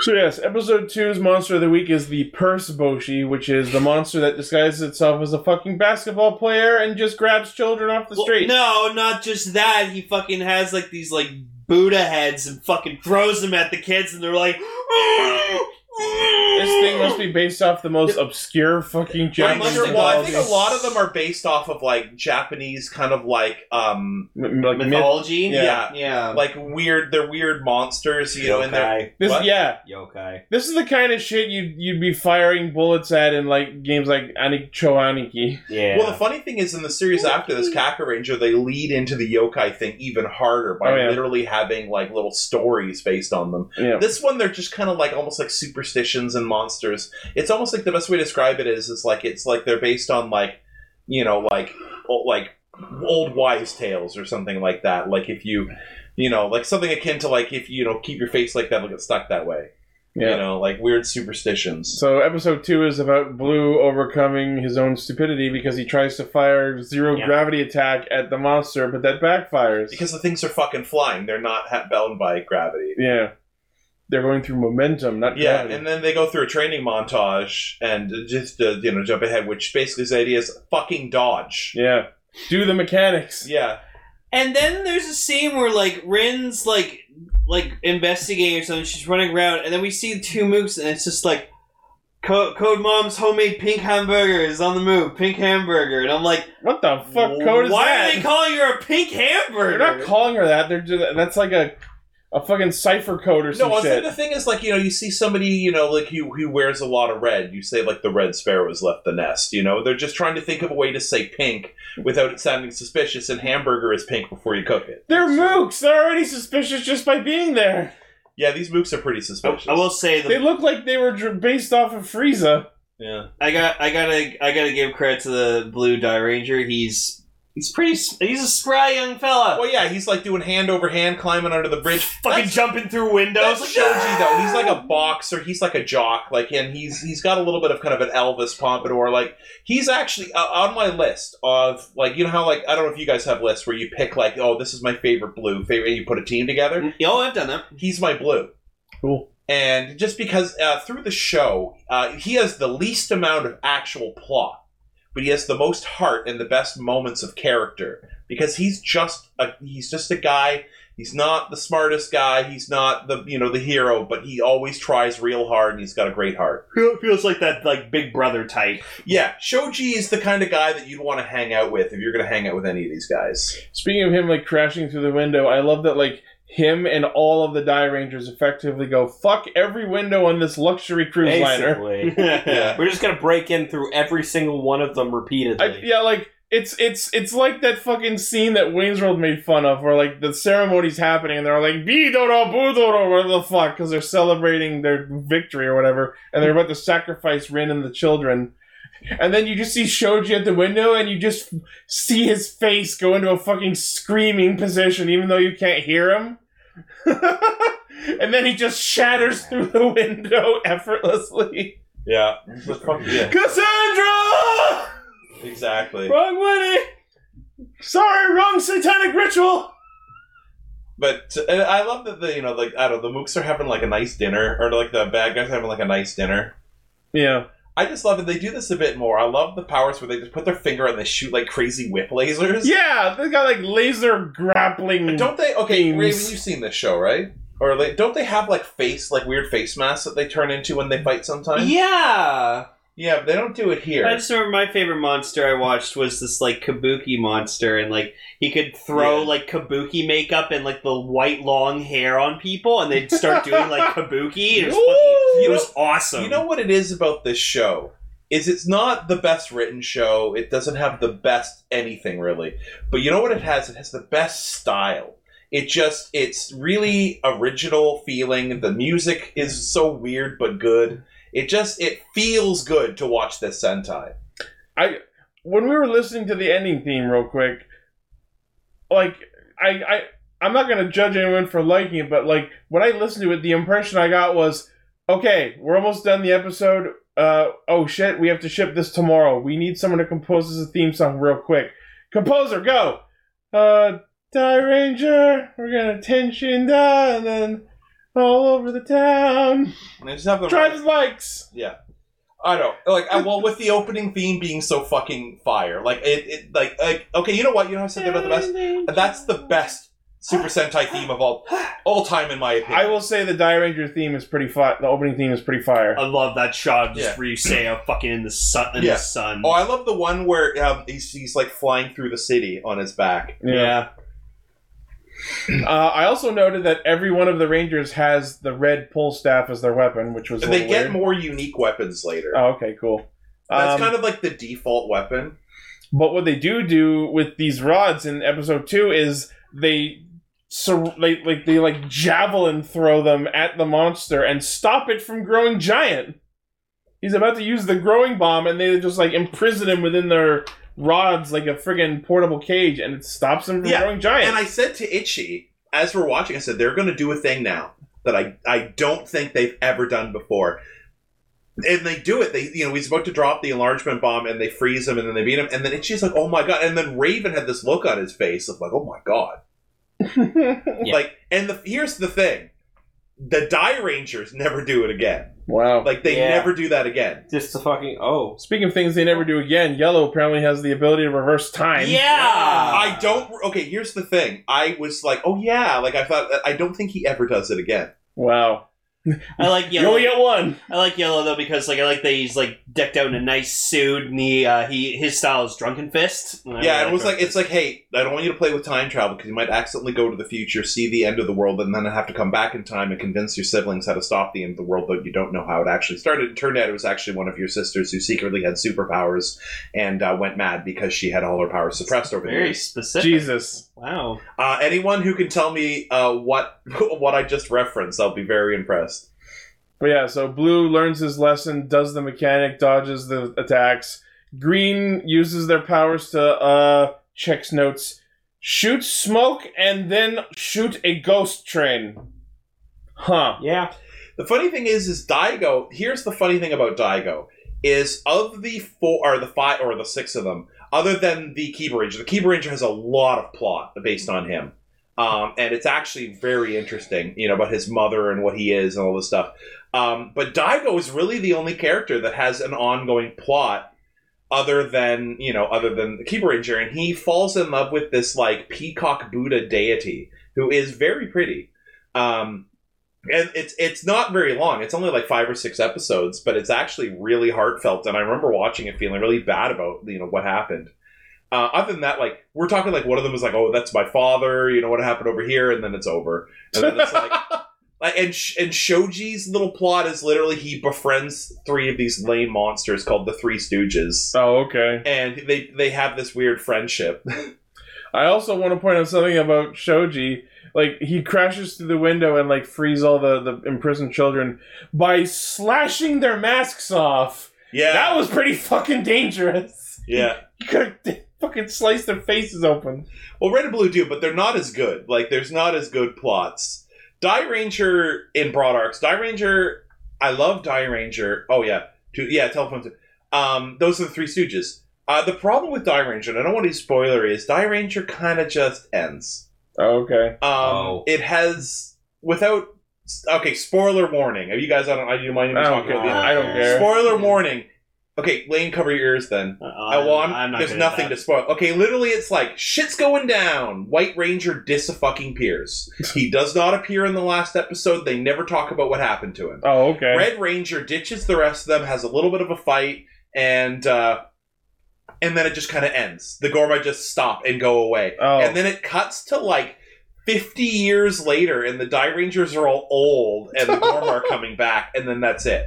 so yes, episode two's monster of the week is the purse boshi, which is the monster that disguises itself as a fucking basketball player and just grabs children off the Well, street. no, not just that. He fucking has like these like Buddha heads and fucking throws them at the kids, and they're like, This thing must be based off the most obscure fucking I'm Japanese sure- well, I think mythology. a lot of them are based off of like Japanese kind of like um M- like myth- mythology. Yeah. Yeah. <laughs> Yeah. Like weird they're weird monsters, you know, and they're Yokai. This, What? yeah, Yokai. this is the kind of shit you'd you'd be firing bullets at in like games like Anicho Aniki. Yeah. Well, the funny thing is, in the series after this, Kaka Ranger, they lead into the yokai thing even harder by Oh, yeah. literally having like little stories based on them. Yeah, This one, they're just kind of like almost like superstitions and monsters. It's almost like the best way to describe it is, is like it's like they're based on like you know like o- like old wives tales or something like that. Like if you you know like something akin to like if you know keep your face like that, it'll get stuck that way. yeah. You know, like weird superstitions. So episode two is about Blue overcoming his own stupidity because he tries to fire zero Yeah. gravity attack at the monster, but that backfires. because the things are fucking flying, they're not ha- bound by gravity. yeah, they're going through momentum, not Yeah, gravity. and then they go through a training montage and just to, you know jump ahead, which basically the idea is fucking dodge. yeah. Do the mechanics. Yeah, And then there's a scene where like Rin's like like investigating or something. She's running around, and then we see two moves, and it's just like Co- Code Mom's homemade pink hamburger is on the move. Pink hamburger, and I'm like, What the fuck code is why that? are they calling her a pink They're hamburger? not calling her that. They're just, that's like a a fucking cipher code or some no. I shit. think the thing is like you know you see somebody you know like who who wears a lot of red. You say like the red sparrow has left the nest. You know they're just trying to think of a way to say pink without it sounding suspicious. And hamburger is pink before you cook it. They're mooks. They're already suspicious just by being there. Yeah, these mooks are pretty suspicious. I will say They the look like they were dr- based off of Frieza. Yeah, I got I gotta I gotta give credit to the Blue Dye Ranger. He's he's pretty s- he's a spry young fella. well, yeah, he's like doing hand over hand climbing under the bridge. Fucking jumping through windows. That's Shoji though. He's <laughs> like a boxer. He's like a jock. Like, and he's he's got a little bit of kind of an Elvis pompadour. Like, he's actually uh, on my list of like you know how like I don't know if you guys have lists where you pick like oh this is my favorite blue favorite. and You put a team together. Yo, Oh, I've done that. He's my blue. Cool. And just because uh, through the show uh, he has the least amount of actual plot, but he has the most heart and the best moments of character because he's just a he's just a guy He's not the smartest guy. He's not the you know the hero, but he always tries real hard, and he's got a great heart. Feel- Feels like that like Big Brother type. Yeah, Shoji is the kind of guy that you'd want to hang out with if you're going to hang out with any of these guys. Speaking of him like crashing through the window, I love that like him and all of the Die Rangers effectively go fuck every window on this luxury cruise liner. Basically. <laughs> Yeah. We're just gonna break in through every single one of them repeatedly. I, yeah, like it's it's it's like that fucking scene that Wayne's World made fun of, where like the ceremony's happening and they're like "Bidoro, budoro," whatever the fuck, because they're celebrating their victory or whatever, and they're about to sacrifice Rin and the children. And then you just see Shoji at the window, and you just see his face go into a fucking screaming position, even though you can't hear him. <laughs> and then he just shatters through the window effortlessly. Yeah, yeah, Cassandra! exactly. Wrong Winnie! Sorry, wrong satanic ritual! But and I love that the you know like I don't know, the mooks are having like a nice dinner, or like the bad guys are having like a nice dinner. Yeah. I just love it. They do this a bit more. I love the powers where they just put their finger and they shoot like crazy whip lasers. Yeah, they got like laser grappling. Don't they? Okay, Beams. Raven, you've seen this show, right? Or like, don't they have like face, like weird face masks that they turn into when they fight sometimes? Yeah. Yeah, but they don't do it here. I just remember my favorite monster I watched was this like kabuki monster, and like he could throw Yeah. like kabuki makeup and like the white long hair on people, and they'd start doing <laughs> like kabuki. It was, Ooh, fucking, you it was awesome. You know what it is about this show is it's not the best written show. It doesn't have the best anything really. But you know what it has? It has the best style. It just it's really original feeling. The music is so weird but good. It just it feels good to watch this Sentai. When we were listening to the ending theme, real quick, like, I. I I'm not gonna judge anyone for liking it, but like when I listened to it, the impression I got was, okay, we're almost done the episode. Uh, oh shit, we have to ship this tomorrow. We need someone to compose us a theme song real quick. Composer, go. Uh, Die Ranger, we're gonna tension down and then all over the town. And I just have the Drive the bikes. I don't like. I, well, with the opening theme being so fucking fire, like it, it like, like okay, you know what? You know what I said about the best. That's the best Super Sentai theme of all all time, in my opinion. I will say the Die Ranger theme is pretty fire. The opening theme is pretty fire. I love that shot of just Yeah. where you say I'm fucking in the sun in Yeah. the sun. Oh, I love the one where um, he's, he's like flying through the city on his back. yeah. Uh, I also noted that every one of the Rangers has the red pole staff as their weapon, which was a And they little get weird. more unique weapons later. Oh, okay, cool. That's Um, kind of like the default weapon. But what they do do with these rods in episode two is they. sur they like they like javelin throw them at the monster and stop it from growing giant. He's about to use the growing bomb and they just like imprison him within their rods like a friggin' portable cage and it stops him from Yeah, growing giant. And I said to Itchy, as we're watching, I said they're going to do a thing now that I I don't think they've ever done before. And they do it. They you know he's about to drop the enlargement bomb, and they freeze him, and then they beat him, and then Itchy's like, "Oh my god!" And then Raven had this look on his face of like, "Oh my <laughs> god!" Like, and the, here's the thing: the Die Rangers never do it again. wow. Like they Yeah. never do that again. Just the fucking oh. Speaking of things they never do again, Yellow apparently has the ability to reverse time. I don't. Okay, here's the thing. I was like, "Oh yeah," like I thought. I don't think he ever does it again. Wow. I like You yellow. only get <laughs> one. I like yellow though because like I like that he's like decked out in a nice suit and he uh, he his style is drunken fist. And I Yeah, really and it was like Drunken it's like, hey, I don't want you to play with time travel because you might accidentally go to the future, see the end of the world, and then have to come back in time and convince your siblings how to stop the end of the world, but you don't know how it actually started. It turned out it was actually one of your sisters who secretly had superpowers and uh, went mad because she had all her powers suppressed over Fist. the very years. specific. Jesus. Wow. Uh, anyone who can tell me uh, what <laughs> what I just referenced, I'll be very impressed. But yeah, so blue learns his lesson, does the mechanic, dodges the attacks. Green uses their powers to uh checks notes, shoots smoke, and then shoot a ghost train. Huh. Yeah. The funny thing is, is Daigo. Here's the funny thing about Daigo is of the four or the five or the six of them, other than the Keeper Ranger. The Keeper Ranger has a lot of plot based on him, um, and it's actually very interesting. You know about his mother and what he is and all this stuff. Um, but Daigo is really the only character that has an ongoing plot. Other than you know, other than the Keeper Ranger, and he falls in love with this like peacock Buddha deity who is very pretty. Um, and it's it's not very long. It's only like five or six episodes, but it's actually really heartfelt. And I remember watching it, feeling really bad about you know what happened. Uh, other than that, like we're talking, like one of them was like, "Oh, that's my father," you know what happened over here, and then it's over. And then it's like, like and Sh- and Shoji's little plot is literally he befriends three of these lame monsters called the Three Stooges, Oh, okay. and they they have this weird friendship. <laughs> I also want to point out something about Shoji. Like he crashes through the window and like frees all the, the imprisoned children by slashing their masks off. Yeah, That was pretty fucking dangerous. yeah. <laughs> You could have fucking sliced their faces open. Well, Red and Blue do, but they're not as good. Like, there's not as good plots. Die Ranger in broad arcs. Die Ranger, I love Die Ranger. Oh yeah, two, yeah, telephones. Um, those are the Three Stooges. Uh, the problem with Die Ranger, and I don't want to be spoilery, is Die Ranger kind of just ends. Oh, okay. Um, Oh. it has without. Okay, spoiler warning. Are you guys? I don't. I you mind I even don't talking about care. the I don't care. spoiler warning? Okay, Lane, cover your ears then. Uh, I well, I'm, I'm not there's good at nothing that. to spoil. Okay, literally, it's like shit's going down. White Ranger dis fucking appears. he does not appear in the last episode. They never talk about what happened to him. Oh, okay. Red Ranger ditches the rest of them, has a little bit of a fight, and uh, and then it just kind of ends. The Gorma just stop and go away, Oh. and then it cuts to like. 50 years later and the die rangers are all old and the <laughs> gorma are coming back and then that's it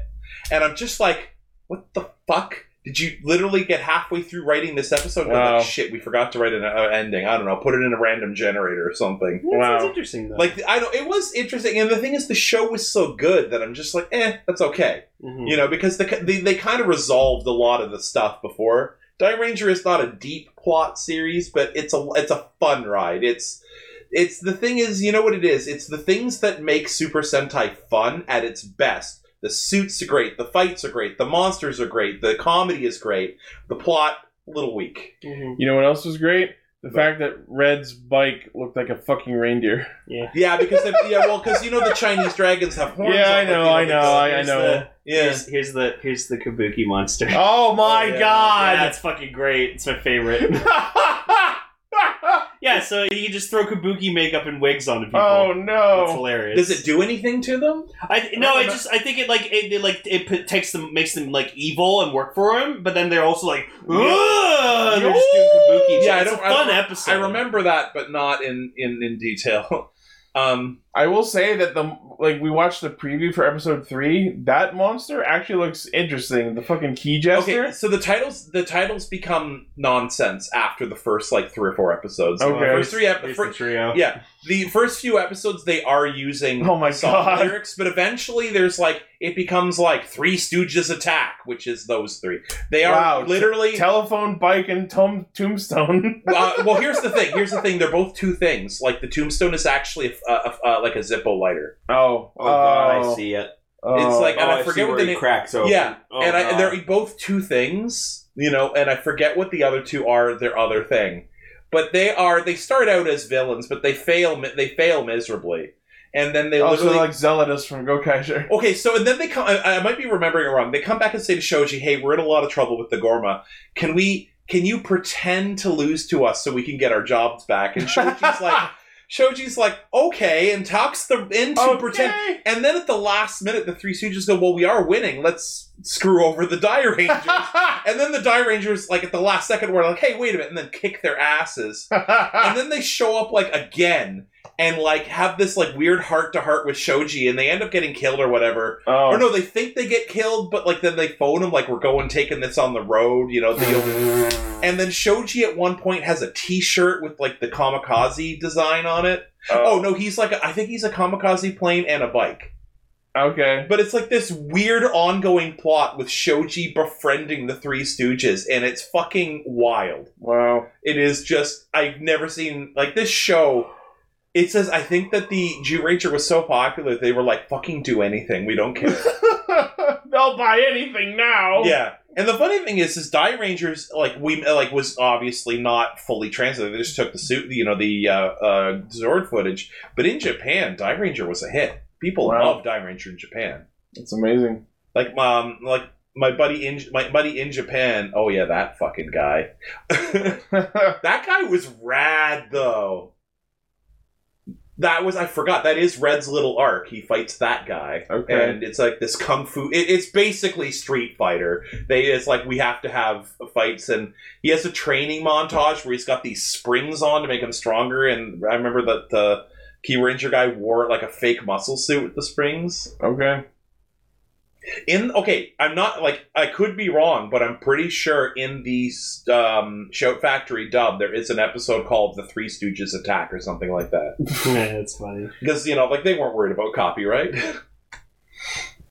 and i'm just like what the fuck? Did you literally get halfway through writing this episode? And I'm Wow. like, shit, we forgot to write an uh, ending. I don't know. Put it in a random generator or something. That sounds Wow. interesting though. Like, I don't. It was interesting, and the thing is, the show was so good that I'm just like, eh, that's okay. Mm-hmm. Mhm. You know, because the, they they kind of resolved a lot of the stuff before. Die Ranger is not a deep plot series, but it's a it's a fun ride. It's it's the thing is, you know what it is? It's the things that make Super Sentai fun at its best. The suits are great, the fights are great, the monsters are great, the comedy is great, the plot a little weak. You know what else was great? The fact that Red's bike looked like a fucking reindeer. <laughs> Yeah, because they, yeah, well, because you know the Chinese dragons have horns. Yeah, on I them, know, you I they- know, I- I Here's know. the- Yeah, here's, here's the here's the Kabuki <laughs> monster. Oh my yeah. god! Ah, <laughs> Yeah, it's fucking great. It's my favorite. yeah, yeah, so you can just throw kabuki makeup and wigs onto people. Oh That's no! hilarious. Does it do anything to them? I no, I just I think it like it, it like it p- takes them makes them like evil and work for him, but then they're also like "Ugh," they're just doing kabuki. Yeah, I it's don't- a I fun don't- episode. I remember that, but not in in in detail. <laughs> Um, I will say that the like we watched the preview for episode three. That monster actually looks interesting. The fucking key jester. okay, so the titles the titles become nonsense after the first like three or four episodes. The Okay. first three It's episodes. the trio. Yeah, the first few episodes they are using Oh my song God. lyrics, but eventually there's like it becomes like Three Stooges attack, which is those three. They are Wow, t- literally Telephone, bike, and tom- tombstone. uh, <laughs> well, here's the thing. Here's the thing. They're both two things. Like the tombstone is actually a, a, a, like a Zippo lighter, oh, Oh, God, I see it. It's like- And oh, I I, forget see what where the he na- cracks open. Yeah, Oh, and I, God. <laughs> they're both two things. You know, and I forget what the other two are. Their other thing, but they are. They start out as villains, but they fail. mi- They fail miserably, and then they also literally Oh, like Zealotus from Go Catcher. Okay, so and then they come. I, I might be remembering it wrong. They come back and say to Shoji, "Hey, we're in a lot of trouble with the Gorma. Can we? Can you pretend to lose to us so we can get our jobs back?" And Shoji's like, "Shoji's like, okay," and talks them <laughs> into Oh, <laughs> pretend. Okay. And then at the last minute, the Three Stooges go, "Well, we are winning. Let's screw over the Die Rangers." and then the Die Rangers, like at the last second, were like, "Hey, wait a minute," and then kick their asses and then they show up like again and like have this like weird heart to heart with Shoji and they end up getting killed or whatever. oh. Or no, they think they get killed, but like then they phone him like we're going taking this on the road, you know. They, and then Shoji at one point has a T-shirt with like the kamikaze design on it. Oh no, he's like a, I think he's a kamikaze plane and a bike. oh. Okay. But it's like this weird ongoing plot with Shoji befriending the Three Stooges, and it's fucking wild. Wow. It is just I've never seen like this show. It says I think that the Jew Ranger was so popular they were like fucking do anything we don't care. <laughs> They'll buy anything now. yeah, and the funny thing is, is Die Rangers like we like was obviously not fully translated. They just took the suit, you know, the uh, uh, Zord footage. But in Japan, Die Ranger was a hit. People Wow. love Die Ranger in Japan. It's <laughs> amazing. Like um like my buddy in my buddy in Japan. Oh yeah, that fucking guy. That guy was rad though. That was I forgot. That is Red's little arc. He fights that guy, Okay. and it's like this kung fu. It, it's basically Street Fighter. They it's like we have to have fights, and he has a training montage where he's got these springs on to make him stronger. And I remember that the Key Ranger guy wore like a fake muscle suit with the springs okay. in okay i'm not like i could be wrong but i'm pretty sure in the um, shout factory dub there is an episode called the three stooges attack or something <laughs> like that yeah, that's funny. because you know like they weren't worried about copyright <laughs>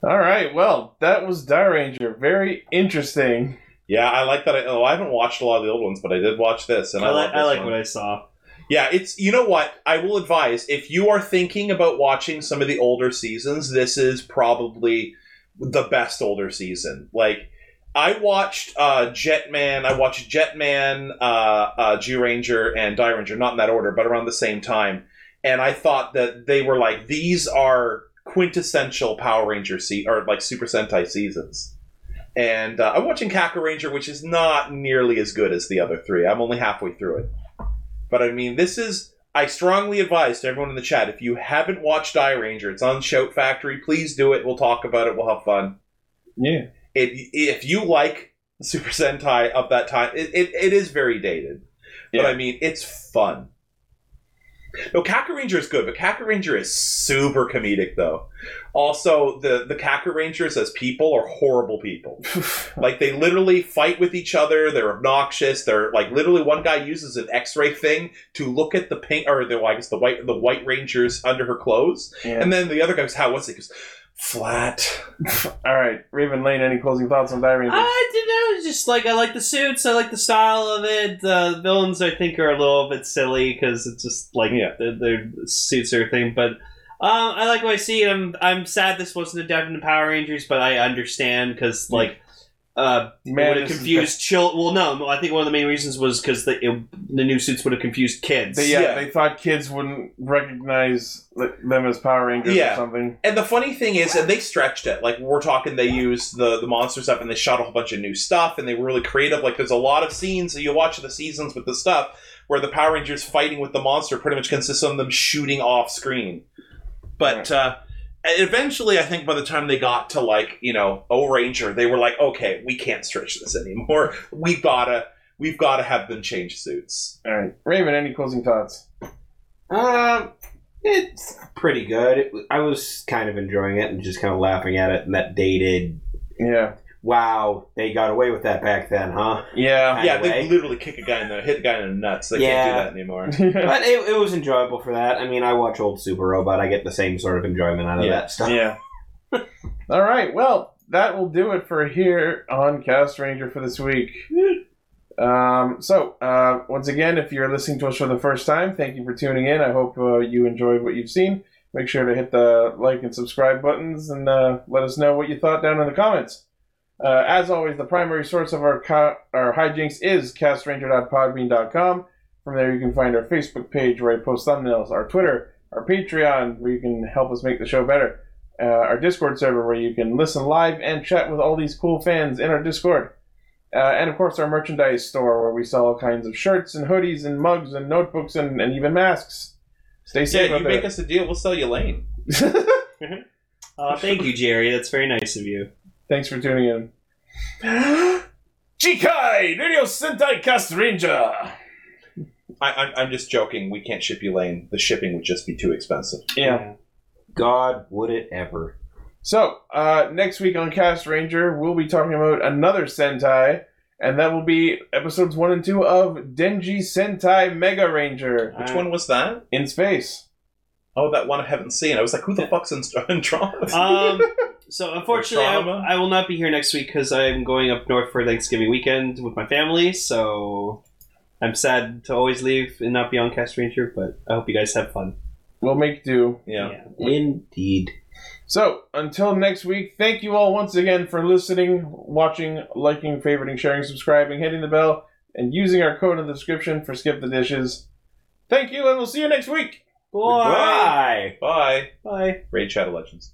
All right. Well, that was Die Ranger. Very interesting. yeah i like that I, oh, I haven't watched a lot of the old ones but i did watch this and i, I like love this I like one. what I saw. yeah it's you know what i will advise if you are thinking about watching some of the older seasons this is probably the best older season like I watched uh, Jetman. I watched Jetman, uh, uh, Jew Ranger, and Die Ranger. Not in that order, but around the same time. And I thought that they were like these are quintessential Power Ranger se- or like Super Sentai seasons. And uh, I'm watching Kaka Ranger, which is not nearly as good as the other three. I'm only halfway through it. But I mean, this is. I strongly advise to everyone in the chat if you haven't watched Die Ranger, it's on Shout Factory. Please do it. We'll talk about it. We'll have fun Yeah. it, if you like Super Sentai of that time, it, it, it is very dated. Yeah. But I mean, it's fun. No, Kaka Ranger is good, but Kaka Ranger is super comedic, though. Also, the, the Kaka Rangers as people are horrible people. like, they literally fight with each other. They're obnoxious. They're, like, literally one guy uses an x-ray thing to look at the pink, or the, well, I guess the white, the white Rangers under her clothes. Yeah. And then the other guy goes, how was it? He goes, flat. All right. Raven Lane. Any closing thoughts on Die Ranger? I don't know. it's Just like I like the suits. I like the style of it. The villains I think are a little bit silly because it's just like Yeah. their, their suits or thing. But um, I like what I see. I'm I'm sad this wasn't adapted to Power Rangers, but I understand because like uh, Man, would have this is confused chil. Well, no, I think one of the main reasons was because the it, the new suits would have confused kids. They, yeah, Yeah. they thought kids wouldn't recognize like, them as Power Rangers Yeah. or something. And the funny thing is, and they stretched it. Like we're talking, they used the the monster stuff, and they shot a whole bunch of new stuff, and they were really creative. Like there's a lot of scenes that you watch the seasons with the stuff where the Power Rangers fighting with the monster pretty much consists of them shooting off screen. But uh, eventually, I think by the time they got to like you know O Ranger, they were like, okay, we can't stretch this anymore. We gotta we've gotta have them change suits. All right, Raven. Any closing thoughts? Um, it's pretty good. It, wa- I was kind of enjoying it and just kind of laughing at it and that dated. Yeah, Wow, they got away with that back <laughs> then, huh? yeah. Kind yeah, of they way. literally kick a guy in the hit the guy in the nuts. They Yeah. can't do that <laughs> anymore. but it, it was enjoyable for that. I mean, I watch old Super Robot. I get the same sort of enjoyment out of Yeah. that stuff. Yeah. <laughs> All right. Well, that will do it for here on Cast Ranger for this week. Um, so, uh, once again, if you're listening to us for the first time, thank you for tuning in. I hope uh, you enjoyed what you've seen. Make sure to hit the like and subscribe buttons and uh, let us know what you thought down in the comments. Uh, as always, the primary source of our co- our hijinks is castranger.podbean.com. From there, you can find our Facebook page where I post thumbnails, our Twitter, our Patreon, where you can help us make the show better uh, our Discord server where you can listen live and chat with all these cool fans in our Discord. Uh, and of course, our merchandise store where we sell all kinds of shirts and hoodies and mugs and notebooks and, and even masks. Stay safe Yeah, out you there. make us a deal, we'll sell you Lane. Uh, thank you, Jerry. That's very nice of you. Thanks for tuning in. <gasps> Jikai, Radio Sentai Cast Ranger. I, I'm, I'm just joking. We can't ship you Lane. The shipping would just be too expensive. Yeah. God, would it ever? So, uh, next week on Cast Ranger, we'll be talking about another Sentai, and that will be episodes 1 and 2 of Denji Sentai Mega Ranger Which one was that? in space. Oh, that one I haven't seen. I was like, who the fuck's in, <laughs> in Toronto? Um, so unfortunately, I, Trauma. I will not be here next week because I'm going up north for Thanksgiving weekend with my family. So I'm sad to always leave and not be on Cast Ranger, but I hope you guys have fun. We'll make do. yeah. Indeed. So, until next week, thank you all once again for listening, watching, liking, favoriting, sharing, subscribing, hitting the bell, and using our code in the description for Skip the Dishes. Thank you, and we'll see you next week! Bye. Bye. Bye. Raid Shadow Legends.